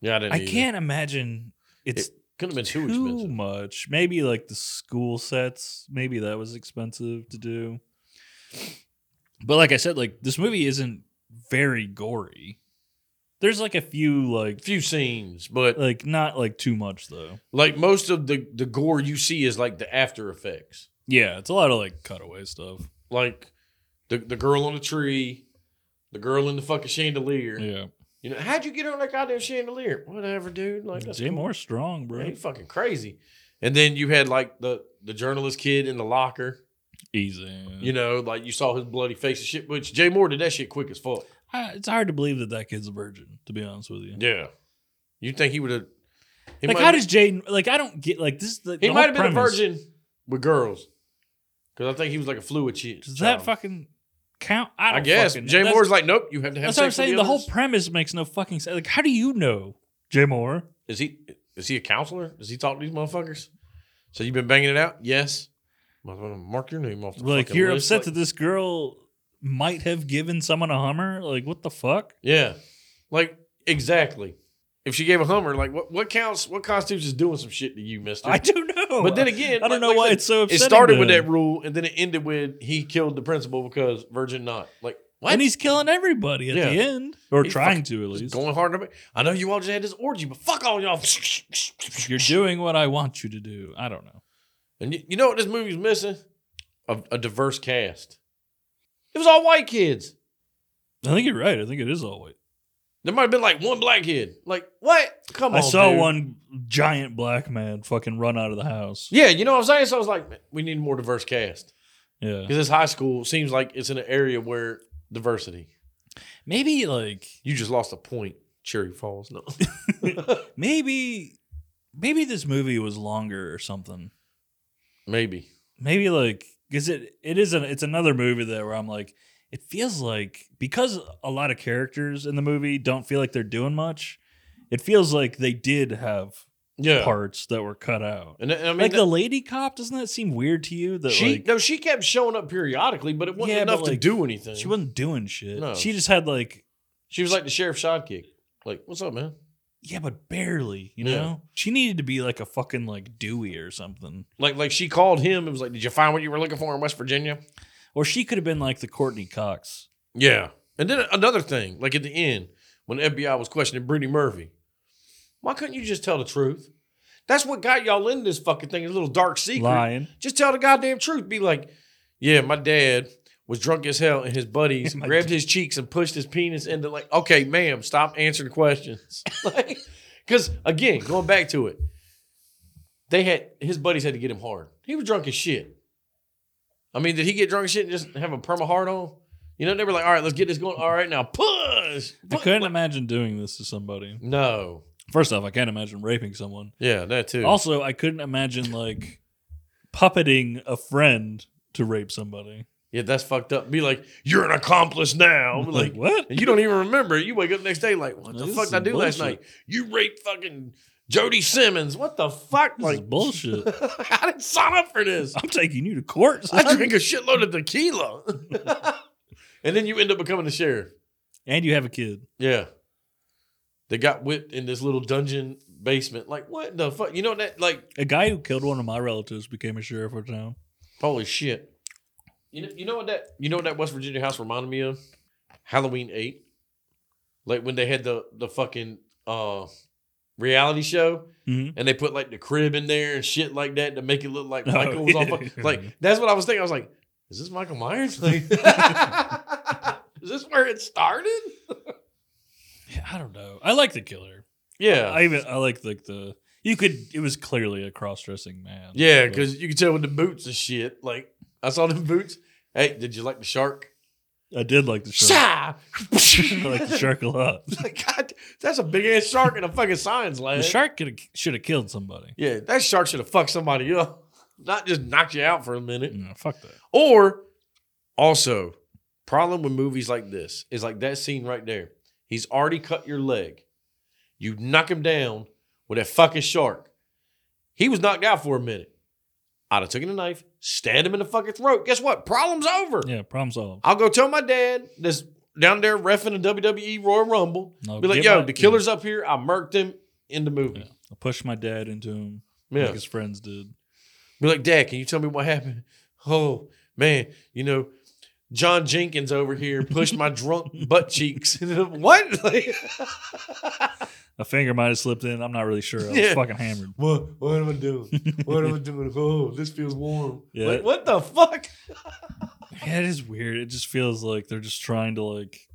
[SPEAKER 2] Yeah, I didn't.
[SPEAKER 1] I can't imagine. It's
[SPEAKER 2] Could have been too,
[SPEAKER 1] too
[SPEAKER 2] expensive.
[SPEAKER 1] much. Maybe like the school sets. Maybe that was expensive to do. But like I said, like this movie isn't very gory. There's like a few like
[SPEAKER 2] Few scenes, but
[SPEAKER 1] like not like too much though.
[SPEAKER 2] like most of the the gore you see is like the after effects.
[SPEAKER 1] Yeah, it's a lot of like cutaway stuff.
[SPEAKER 2] like the the girl on the tree, the girl in the fucking chandelier.
[SPEAKER 1] Yeah,
[SPEAKER 2] You know, how'd you get on that goddamn chandelier? Whatever, dude. Like that's
[SPEAKER 1] Jay
[SPEAKER 2] cool.
[SPEAKER 1] Moore's strong, bro.
[SPEAKER 2] Man, he fucking crazy. And then you had like the the journalist kid in the locker.
[SPEAKER 1] Easy.
[SPEAKER 2] You know, like you saw his bloody face and shit. Which Jay Moore did that shit quick as fuck.
[SPEAKER 1] I, it's hard to believe that that kid's a virgin. To be honest with you,
[SPEAKER 2] Yeah. You think he would have?
[SPEAKER 1] like how does Jay? Like I don't get like this. is The,
[SPEAKER 2] he
[SPEAKER 1] the
[SPEAKER 2] might
[SPEAKER 1] whole
[SPEAKER 2] have been a
[SPEAKER 1] premise.
[SPEAKER 2] virgin with girls? Because I think he was like a fluid chi-
[SPEAKER 1] Does
[SPEAKER 2] child.
[SPEAKER 1] that fucking count? I,
[SPEAKER 2] I
[SPEAKER 1] don't
[SPEAKER 2] guess
[SPEAKER 1] fucking know.
[SPEAKER 2] Jay
[SPEAKER 1] That's-
[SPEAKER 2] Moore's like, nope. You have to have.
[SPEAKER 1] That's
[SPEAKER 2] That's
[SPEAKER 1] what I'm
[SPEAKER 2] sex
[SPEAKER 1] saying. The whole premise makes no fucking sense. Like, how do you know, Jay Moore?
[SPEAKER 2] is he is he a counselor? Does he talk to these motherfuckers? So you've been banging it out? Yes. Motherfucker, Mark your name off the
[SPEAKER 1] Like,
[SPEAKER 2] fucking
[SPEAKER 1] you're
[SPEAKER 2] list.
[SPEAKER 1] upset
[SPEAKER 2] Like-
[SPEAKER 1] that this girl might have given someone a Hummer. Like, what the fuck?
[SPEAKER 2] Yeah. Like, exactly. If she gave a hummer, like what what counts what constitutes is doing some shit to you, mister?
[SPEAKER 1] I don't know.
[SPEAKER 2] but then again,
[SPEAKER 1] I don't
[SPEAKER 2] like-
[SPEAKER 1] know
[SPEAKER 2] like I
[SPEAKER 1] why
[SPEAKER 2] said,
[SPEAKER 1] it's so
[SPEAKER 2] it
[SPEAKER 1] upsetting.
[SPEAKER 2] started
[SPEAKER 1] to
[SPEAKER 2] with
[SPEAKER 1] him.
[SPEAKER 2] that rule and then it ended with he killed the principal because virgin not. Like what?
[SPEAKER 1] and he's killing everybody at
[SPEAKER 2] Yeah.
[SPEAKER 1] the end, or
[SPEAKER 2] He's
[SPEAKER 1] trying to at
[SPEAKER 2] Just
[SPEAKER 1] least.
[SPEAKER 2] going hard on me. I know you all just had this orgy, but fuck all y'all.
[SPEAKER 1] You're doing what I want you to do. I don't know.
[SPEAKER 2] And you, you know what this movie's missing? A, a diverse cast. It was all white kids.
[SPEAKER 1] I think you're right. I think it is all white.
[SPEAKER 2] There might have been like one black kid. Like what? Come on.
[SPEAKER 1] I saw
[SPEAKER 2] dude.
[SPEAKER 1] one giant black man fucking run out of the house.
[SPEAKER 2] Yeah, you know what I'm saying. So I was like, man, we need a more diverse cast
[SPEAKER 1] Yeah.
[SPEAKER 2] because this high school seems like it's in an area where diversity.
[SPEAKER 1] Maybe like
[SPEAKER 2] You just lost a point, Cherry Falls. No,
[SPEAKER 1] maybe maybe this movie was longer or something.
[SPEAKER 2] maybe.
[SPEAKER 1] Maybe like because it it is an it's another movie that where I'm like it feels like because a lot of characters in the movie don't feel like they're doing much. It feels like they did have
[SPEAKER 2] Yeah.
[SPEAKER 1] parts that were cut out.
[SPEAKER 2] And, and I mean,
[SPEAKER 1] like
[SPEAKER 2] that-
[SPEAKER 1] the lady cop, doesn't that seem weird to you? That
[SPEAKER 2] she
[SPEAKER 1] like
[SPEAKER 2] no, she kept showing up periodically, but it wasn't
[SPEAKER 1] Yeah, but,
[SPEAKER 2] enough to
[SPEAKER 1] like,
[SPEAKER 2] do anything.
[SPEAKER 1] she wasn't doing shit.
[SPEAKER 2] No.
[SPEAKER 1] She just had like
[SPEAKER 2] She was like the sheriff's sidekick. Like, what's up, man?
[SPEAKER 1] yeah, but barely. You
[SPEAKER 2] Yeah.
[SPEAKER 1] know, she needed to be like a fucking like Dewey or something.
[SPEAKER 2] Like, like she called him. It was like, did you find what you were looking for in West Virginia?
[SPEAKER 1] Or she could have been like the Courtney Cox.
[SPEAKER 2] Yeah. And then another thing, like at the end, when the FBI was questioning Brittany Murphy, why couldn't you just tell the truth? That's what got y'all in this fucking thing, a little dark secret.
[SPEAKER 1] Lying.
[SPEAKER 2] Just tell the goddamn truth. Be like, yeah, my dad was drunk as hell, and his buddies
[SPEAKER 1] My
[SPEAKER 2] grabbed his cheeks and pushed his penis into like, okay, ma'am, stop answering questions. like, because again, going back to it, they had his buddies had to get him hard. He was drunk as shit. I mean, did he get drunk as shit and just have a perma hard on? You know, they were like, all right, let's get this going. All right, now push.
[SPEAKER 1] I
[SPEAKER 2] Push.
[SPEAKER 1] couldn't imagine doing this to somebody.
[SPEAKER 2] No.
[SPEAKER 1] First off, I can't imagine raping someone.
[SPEAKER 2] Yeah, that too.
[SPEAKER 1] Also, I couldn't imagine like puppeting a friend to rape somebody.
[SPEAKER 2] yeah, that's fucked up. Be like, you're an accomplice now.
[SPEAKER 1] like
[SPEAKER 2] like,
[SPEAKER 1] what?
[SPEAKER 2] And you don't even remember. it. You wake up the next day like, what the
[SPEAKER 1] This
[SPEAKER 2] fuck
[SPEAKER 1] is
[SPEAKER 2] did I do last
[SPEAKER 1] bullshit.
[SPEAKER 2] night? You raped fucking Jody Simmons. What the fuck?
[SPEAKER 1] This is
[SPEAKER 2] Like,
[SPEAKER 1] bullshit.
[SPEAKER 2] I didn't sign up for this.
[SPEAKER 1] I'm taking you to court. son.
[SPEAKER 2] I drink a shitload of tequila. and then you end up becoming the sheriff.
[SPEAKER 1] and you have a kid.
[SPEAKER 2] Yeah. They got whipped in this little dungeon basement. Like, what the fuck? You know that, like,
[SPEAKER 1] A guy who killed one of my relatives became a sheriff for town.
[SPEAKER 2] holy shit. You know, you know what that you know what that West Virginia house reminded me of? Halloween eight. Like when they had the the fucking uh reality show.
[SPEAKER 1] Mm-hmm.
[SPEAKER 2] and they put like the crib in there and shit like that to make it look like
[SPEAKER 1] Oh,
[SPEAKER 2] Michael was on.
[SPEAKER 1] yeah.
[SPEAKER 2] fu- Like that's what I was thinking. I was like, is this Michael Myers? Like, is this where it started?
[SPEAKER 1] I don't know. I like the killer.
[SPEAKER 2] Yeah,
[SPEAKER 1] I even I like like the you could. It was clearly a cross dressing man.
[SPEAKER 2] yeah,
[SPEAKER 1] But-
[SPEAKER 2] because you can tell with the boots and shit. Like I saw them boots. Hey, did you like the shark?
[SPEAKER 1] I did like the shark.
[SPEAKER 2] Sha!
[SPEAKER 1] I like the shark a lot.
[SPEAKER 2] Like, God, that's a big ass shark in a fucking science lab.
[SPEAKER 1] The shark could should have killed somebody.
[SPEAKER 2] Yeah, that shark should have fucked somebody up, not just knocked you out for a minute.
[SPEAKER 1] No, Mm, fuck that.
[SPEAKER 2] Or also, problem with movies like this is like that scene right there. He's already cut your leg. You knock him down with that fucking shark. He was knocked out for a minute. I'd have taken a knife, stabbed him in the fucking throat. Guess what? Problem's over.
[SPEAKER 1] Yeah, problem solved.
[SPEAKER 2] I'll go tell my dad that's down there refing the WWE Royal Rumble.
[SPEAKER 1] No,
[SPEAKER 2] be like,
[SPEAKER 1] get
[SPEAKER 2] yo,
[SPEAKER 1] my-
[SPEAKER 2] the killer's up here. I murked him in the movie.
[SPEAKER 1] I pushed my dad into him.
[SPEAKER 2] Yeah.
[SPEAKER 1] Like his friends did.
[SPEAKER 2] Be like, Dad, can you tell me what happened? Oh man, you know, John Jenkins over here pushed my drunk butt cheeks. what? Like,
[SPEAKER 1] A finger might have slipped in. I'm not really sure. I was
[SPEAKER 2] Yeah.
[SPEAKER 1] fucking hammered.
[SPEAKER 2] what? What am I doing? What am I doing? Oh, this feels warm.
[SPEAKER 1] Yeah.
[SPEAKER 2] Like, what the fuck?
[SPEAKER 1] Yeah, it is weird. It just feels like they're just trying to like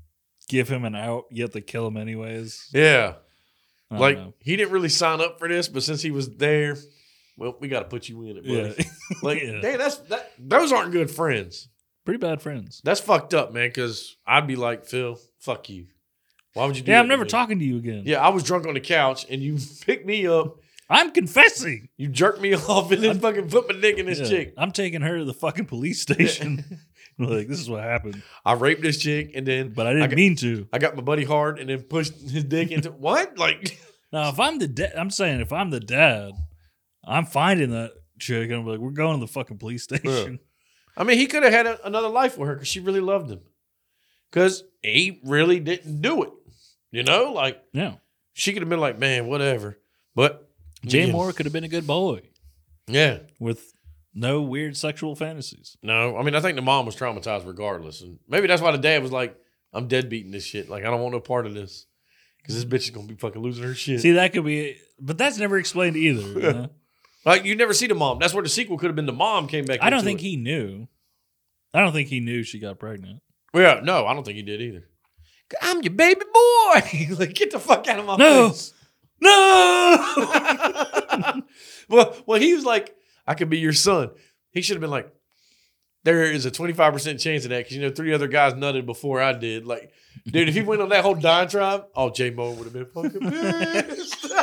[SPEAKER 1] give him an out, yet they kill him anyways.
[SPEAKER 2] Yeah,
[SPEAKER 1] I don't
[SPEAKER 2] like
[SPEAKER 1] know.
[SPEAKER 2] he didn't really sign up for this, but since he was there, well, we got to put you in it, buddy.
[SPEAKER 1] yeah,
[SPEAKER 2] Like,
[SPEAKER 1] Yeah.
[SPEAKER 2] damn, that's that. Those aren't good friends.
[SPEAKER 1] pretty bad friends.
[SPEAKER 2] That's fucked up, man. Because I'd be like, Phil, fuck you. Why would you do?
[SPEAKER 1] Yeah,
[SPEAKER 2] that
[SPEAKER 1] I'm
[SPEAKER 2] to
[SPEAKER 1] never
[SPEAKER 2] me?
[SPEAKER 1] talking to you again.
[SPEAKER 2] Yeah, I was drunk on the couch and you picked me up
[SPEAKER 1] I'm confessing.
[SPEAKER 2] You jerked me off and then fucking put my dick in this
[SPEAKER 1] Yeah.
[SPEAKER 2] chick.
[SPEAKER 1] I'm taking her to the fucking police station. like, this is what happened.
[SPEAKER 2] I raped this chick and then
[SPEAKER 1] But I didn't
[SPEAKER 2] got-
[SPEAKER 1] mean to.
[SPEAKER 2] I got my buddy hard and then pushed his dick into what? Like
[SPEAKER 1] Now, if I'm the dad, I'm saying if I'm the dad, I'm finding that chick and I'm like, we're going to the fucking police station.
[SPEAKER 2] I mean, he could have had a, another life with her because she really loved him. Because he really didn't do it. You know, like
[SPEAKER 1] Yeah.
[SPEAKER 2] she could have been like, man, whatever. But
[SPEAKER 1] Jay
[SPEAKER 2] Yeah.
[SPEAKER 1] Moore could have been a good boy
[SPEAKER 2] Yeah.
[SPEAKER 1] with no weird sexual fantasies.
[SPEAKER 2] No, I mean, I think the mom was traumatized regardless. And maybe that's why the dad was like, I'm dead beating this shit. Like, I don't want no part of this. Because this bitch is going to be fucking losing her shit.
[SPEAKER 1] See, that could be, but that's never explained either. you know?
[SPEAKER 2] like, you never see the mom. That's where the sequel could have been the mom came back.
[SPEAKER 1] I don't
[SPEAKER 2] into
[SPEAKER 1] think
[SPEAKER 2] it.
[SPEAKER 1] he knew. I don't think he knew she got pregnant.
[SPEAKER 2] Yeah, no, I don't think he did either. I'm your baby boy. like, get the fuck out of my
[SPEAKER 1] No.
[SPEAKER 2] face.
[SPEAKER 1] No.
[SPEAKER 2] well, well, he was like, I could be your son. He should have been like, there is a 25% chance of that because, you know, three other guys nutted before I did. Like, dude, if he went on that whole diatribe, oh, J Mo would have been fucking pissed.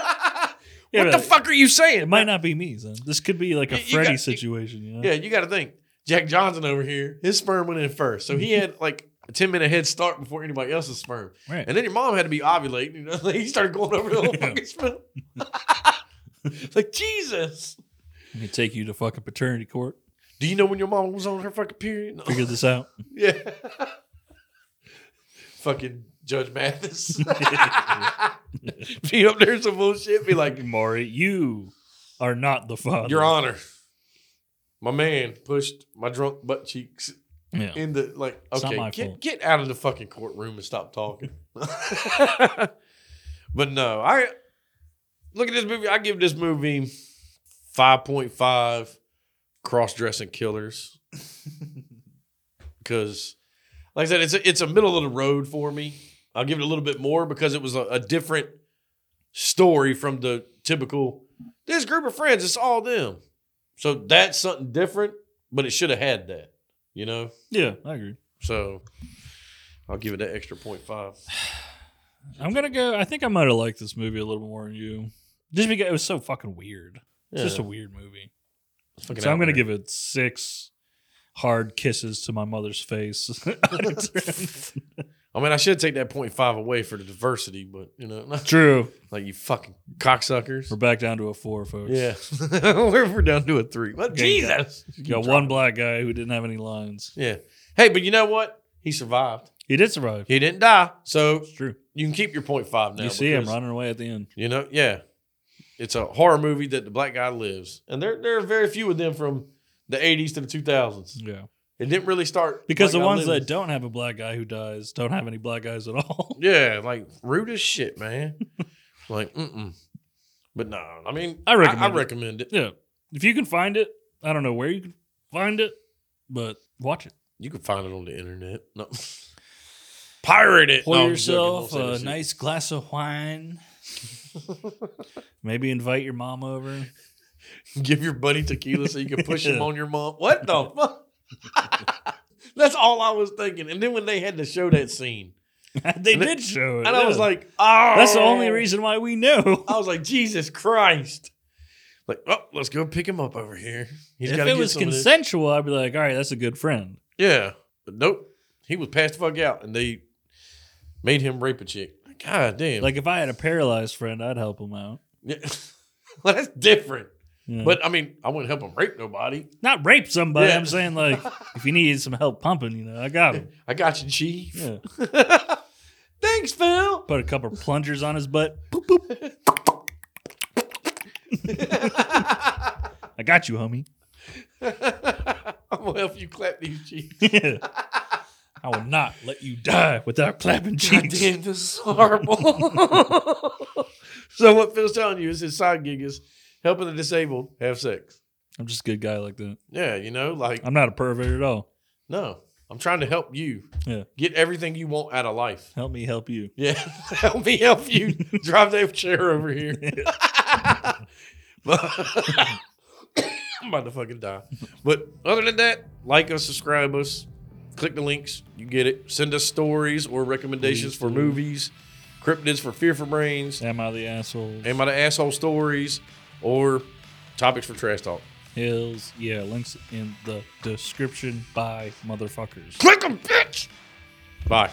[SPEAKER 1] Yeah,
[SPEAKER 2] what the
[SPEAKER 1] but
[SPEAKER 2] fuck are you saying?
[SPEAKER 1] It might not be me, son. This could be like a
[SPEAKER 2] You- you
[SPEAKER 1] Freddy
[SPEAKER 2] got-
[SPEAKER 1] situation. You know?
[SPEAKER 2] Yeah, you got to think. Jack Johnson over here, his sperm went in first. So he had like a 10 minute head start before anybody else's sperm.
[SPEAKER 1] Right.
[SPEAKER 2] And then your mom had to be ovulating. You know? like, he started going over the whole fucking sperm. like, Jesus.
[SPEAKER 1] Let me take you to fucking paternity court.
[SPEAKER 2] Do you know when your mom was on her fucking period? No.
[SPEAKER 1] Figure this out.
[SPEAKER 2] Yeah. fucking Judge Mathis. be up there some bullshit. Be like,
[SPEAKER 1] Maury, you are not the father.
[SPEAKER 2] Your Honor, my man pushed my drunk butt cheeks
[SPEAKER 1] Yeah.
[SPEAKER 2] in the like.
[SPEAKER 1] It's not
[SPEAKER 2] Okay,
[SPEAKER 1] my
[SPEAKER 2] get
[SPEAKER 1] fault.
[SPEAKER 2] get out of the fucking courtroom and stop talking. but no, I look at this movie. I give this movie five point five cross dressing killers because, like I said, it's a, it's a middle of the road for me. I'll give it a little bit more because it was a, a different story from the typical. This group of friends, it's all them. So that's something different, but it should have had that, you know.
[SPEAKER 1] Yeah, I agree.
[SPEAKER 2] So I'll give it an extra point five.
[SPEAKER 1] I'm gonna go. I think I might have liked this movie a little more than you, just because it was so fucking weird. It's just a weird movie. so I'm gonna give it six hard kisses to my mother's face.
[SPEAKER 2] I mean, I should take that point five away for the diversity, but you know,
[SPEAKER 1] True.
[SPEAKER 2] like you fucking cocksuckers.
[SPEAKER 1] We're back down to a four, folks.
[SPEAKER 2] Yeah, we're, we're down to a three. But
[SPEAKER 1] Okay, you got-
[SPEAKER 2] Jesus,
[SPEAKER 1] You got one black guy who didn't have any lines.
[SPEAKER 2] Yeah. Hey, but you know what? He survived.
[SPEAKER 1] He did survive.
[SPEAKER 2] He didn't die, so
[SPEAKER 1] It's true.
[SPEAKER 2] you can keep your point five now.
[SPEAKER 1] you see him
[SPEAKER 2] because-
[SPEAKER 1] running away at the end.
[SPEAKER 2] You know, yeah. It's a horror movie that the black guy lives, and there there are very few of them from the '80s to the 2000s.
[SPEAKER 1] Yeah.
[SPEAKER 2] It didn't really start
[SPEAKER 1] Mm. Because
[SPEAKER 2] black
[SPEAKER 1] the
[SPEAKER 2] guy
[SPEAKER 1] ones
[SPEAKER 2] living.
[SPEAKER 1] that don't have a black guy who dies don't have any black guys at all.
[SPEAKER 2] Yeah, like rude as shit, man. like, mm-mm. But no, I mean,
[SPEAKER 1] I recommend
[SPEAKER 2] I,
[SPEAKER 1] it.
[SPEAKER 2] recommend it.
[SPEAKER 1] yeah. If you can find it, I don't know where you can find it, but watch it.
[SPEAKER 2] You can find it on the internet. No, pirate it.
[SPEAKER 1] Pour
[SPEAKER 2] No, I'm
[SPEAKER 1] yourself
[SPEAKER 2] joking. Don't say
[SPEAKER 1] a
[SPEAKER 2] that shit.
[SPEAKER 1] nice glass of wine. Maybe invite your mom over.
[SPEAKER 2] Give your buddy tequila so you can push him
[SPEAKER 1] Yeah.
[SPEAKER 2] on your mom. What the fuck? That's all I was thinking. And then when they had to show that scene,
[SPEAKER 1] they
[SPEAKER 2] And it-
[SPEAKER 1] did show it.
[SPEAKER 2] and I was
[SPEAKER 1] yeah.
[SPEAKER 2] like, oh,
[SPEAKER 1] that's the only reason why we know.
[SPEAKER 2] I was like, Jesus Christ. Like, oh, let's go pick him up over here. He's
[SPEAKER 1] if
[SPEAKER 2] gotta
[SPEAKER 1] it
[SPEAKER 2] get
[SPEAKER 1] was
[SPEAKER 2] some of this.
[SPEAKER 1] consensual, I'd be like, all right, that's a good friend.
[SPEAKER 2] Yeah. But nope. He was passed the fuck out and they made him rape a chick. God damn.
[SPEAKER 1] Like if I had a paralyzed friend, I'd help him out.
[SPEAKER 2] Yeah. well, that's different.
[SPEAKER 1] Yeah.
[SPEAKER 2] But I mean, I wouldn't help him rape nobody.
[SPEAKER 1] not rape somebody.
[SPEAKER 2] Yeah.
[SPEAKER 1] I'm saying like if you needed some help pumping, you know, I got him.
[SPEAKER 2] I got you, Chief.
[SPEAKER 1] Yeah.
[SPEAKER 2] Thanks, Phil.
[SPEAKER 1] Put a couple plungers on his butt. I got you, homie.
[SPEAKER 2] I'm gonna help you clap these cheeks.
[SPEAKER 1] I will not let you die without clapping
[SPEAKER 2] God
[SPEAKER 1] cheeks.
[SPEAKER 2] damn, this is horrible. so what Phil's telling you is his side gig is helping the disabled have sex.
[SPEAKER 1] I'm just a good guy like that.
[SPEAKER 2] Yeah, you know, like
[SPEAKER 1] I'm not a pervert at all.
[SPEAKER 2] no, I'm trying to help you.
[SPEAKER 1] Yeah.
[SPEAKER 2] Get everything you want out of life.
[SPEAKER 1] Help me help you.
[SPEAKER 2] Yeah, help me help you drive that chair over here. But- I'm about to fucking die. But other than that, like us, subscribe us, click the links, you get it. Send us stories or recommendations
[SPEAKER 1] Please
[SPEAKER 2] for
[SPEAKER 1] do.
[SPEAKER 2] movies, cryptids for fear for brains,
[SPEAKER 1] Am I the asshole?
[SPEAKER 2] am I the asshole stories, or topics for trash talk.
[SPEAKER 1] Hills. Yeah, links in the description. Bye, motherfuckers.
[SPEAKER 2] Click 'em, bitch. Bye.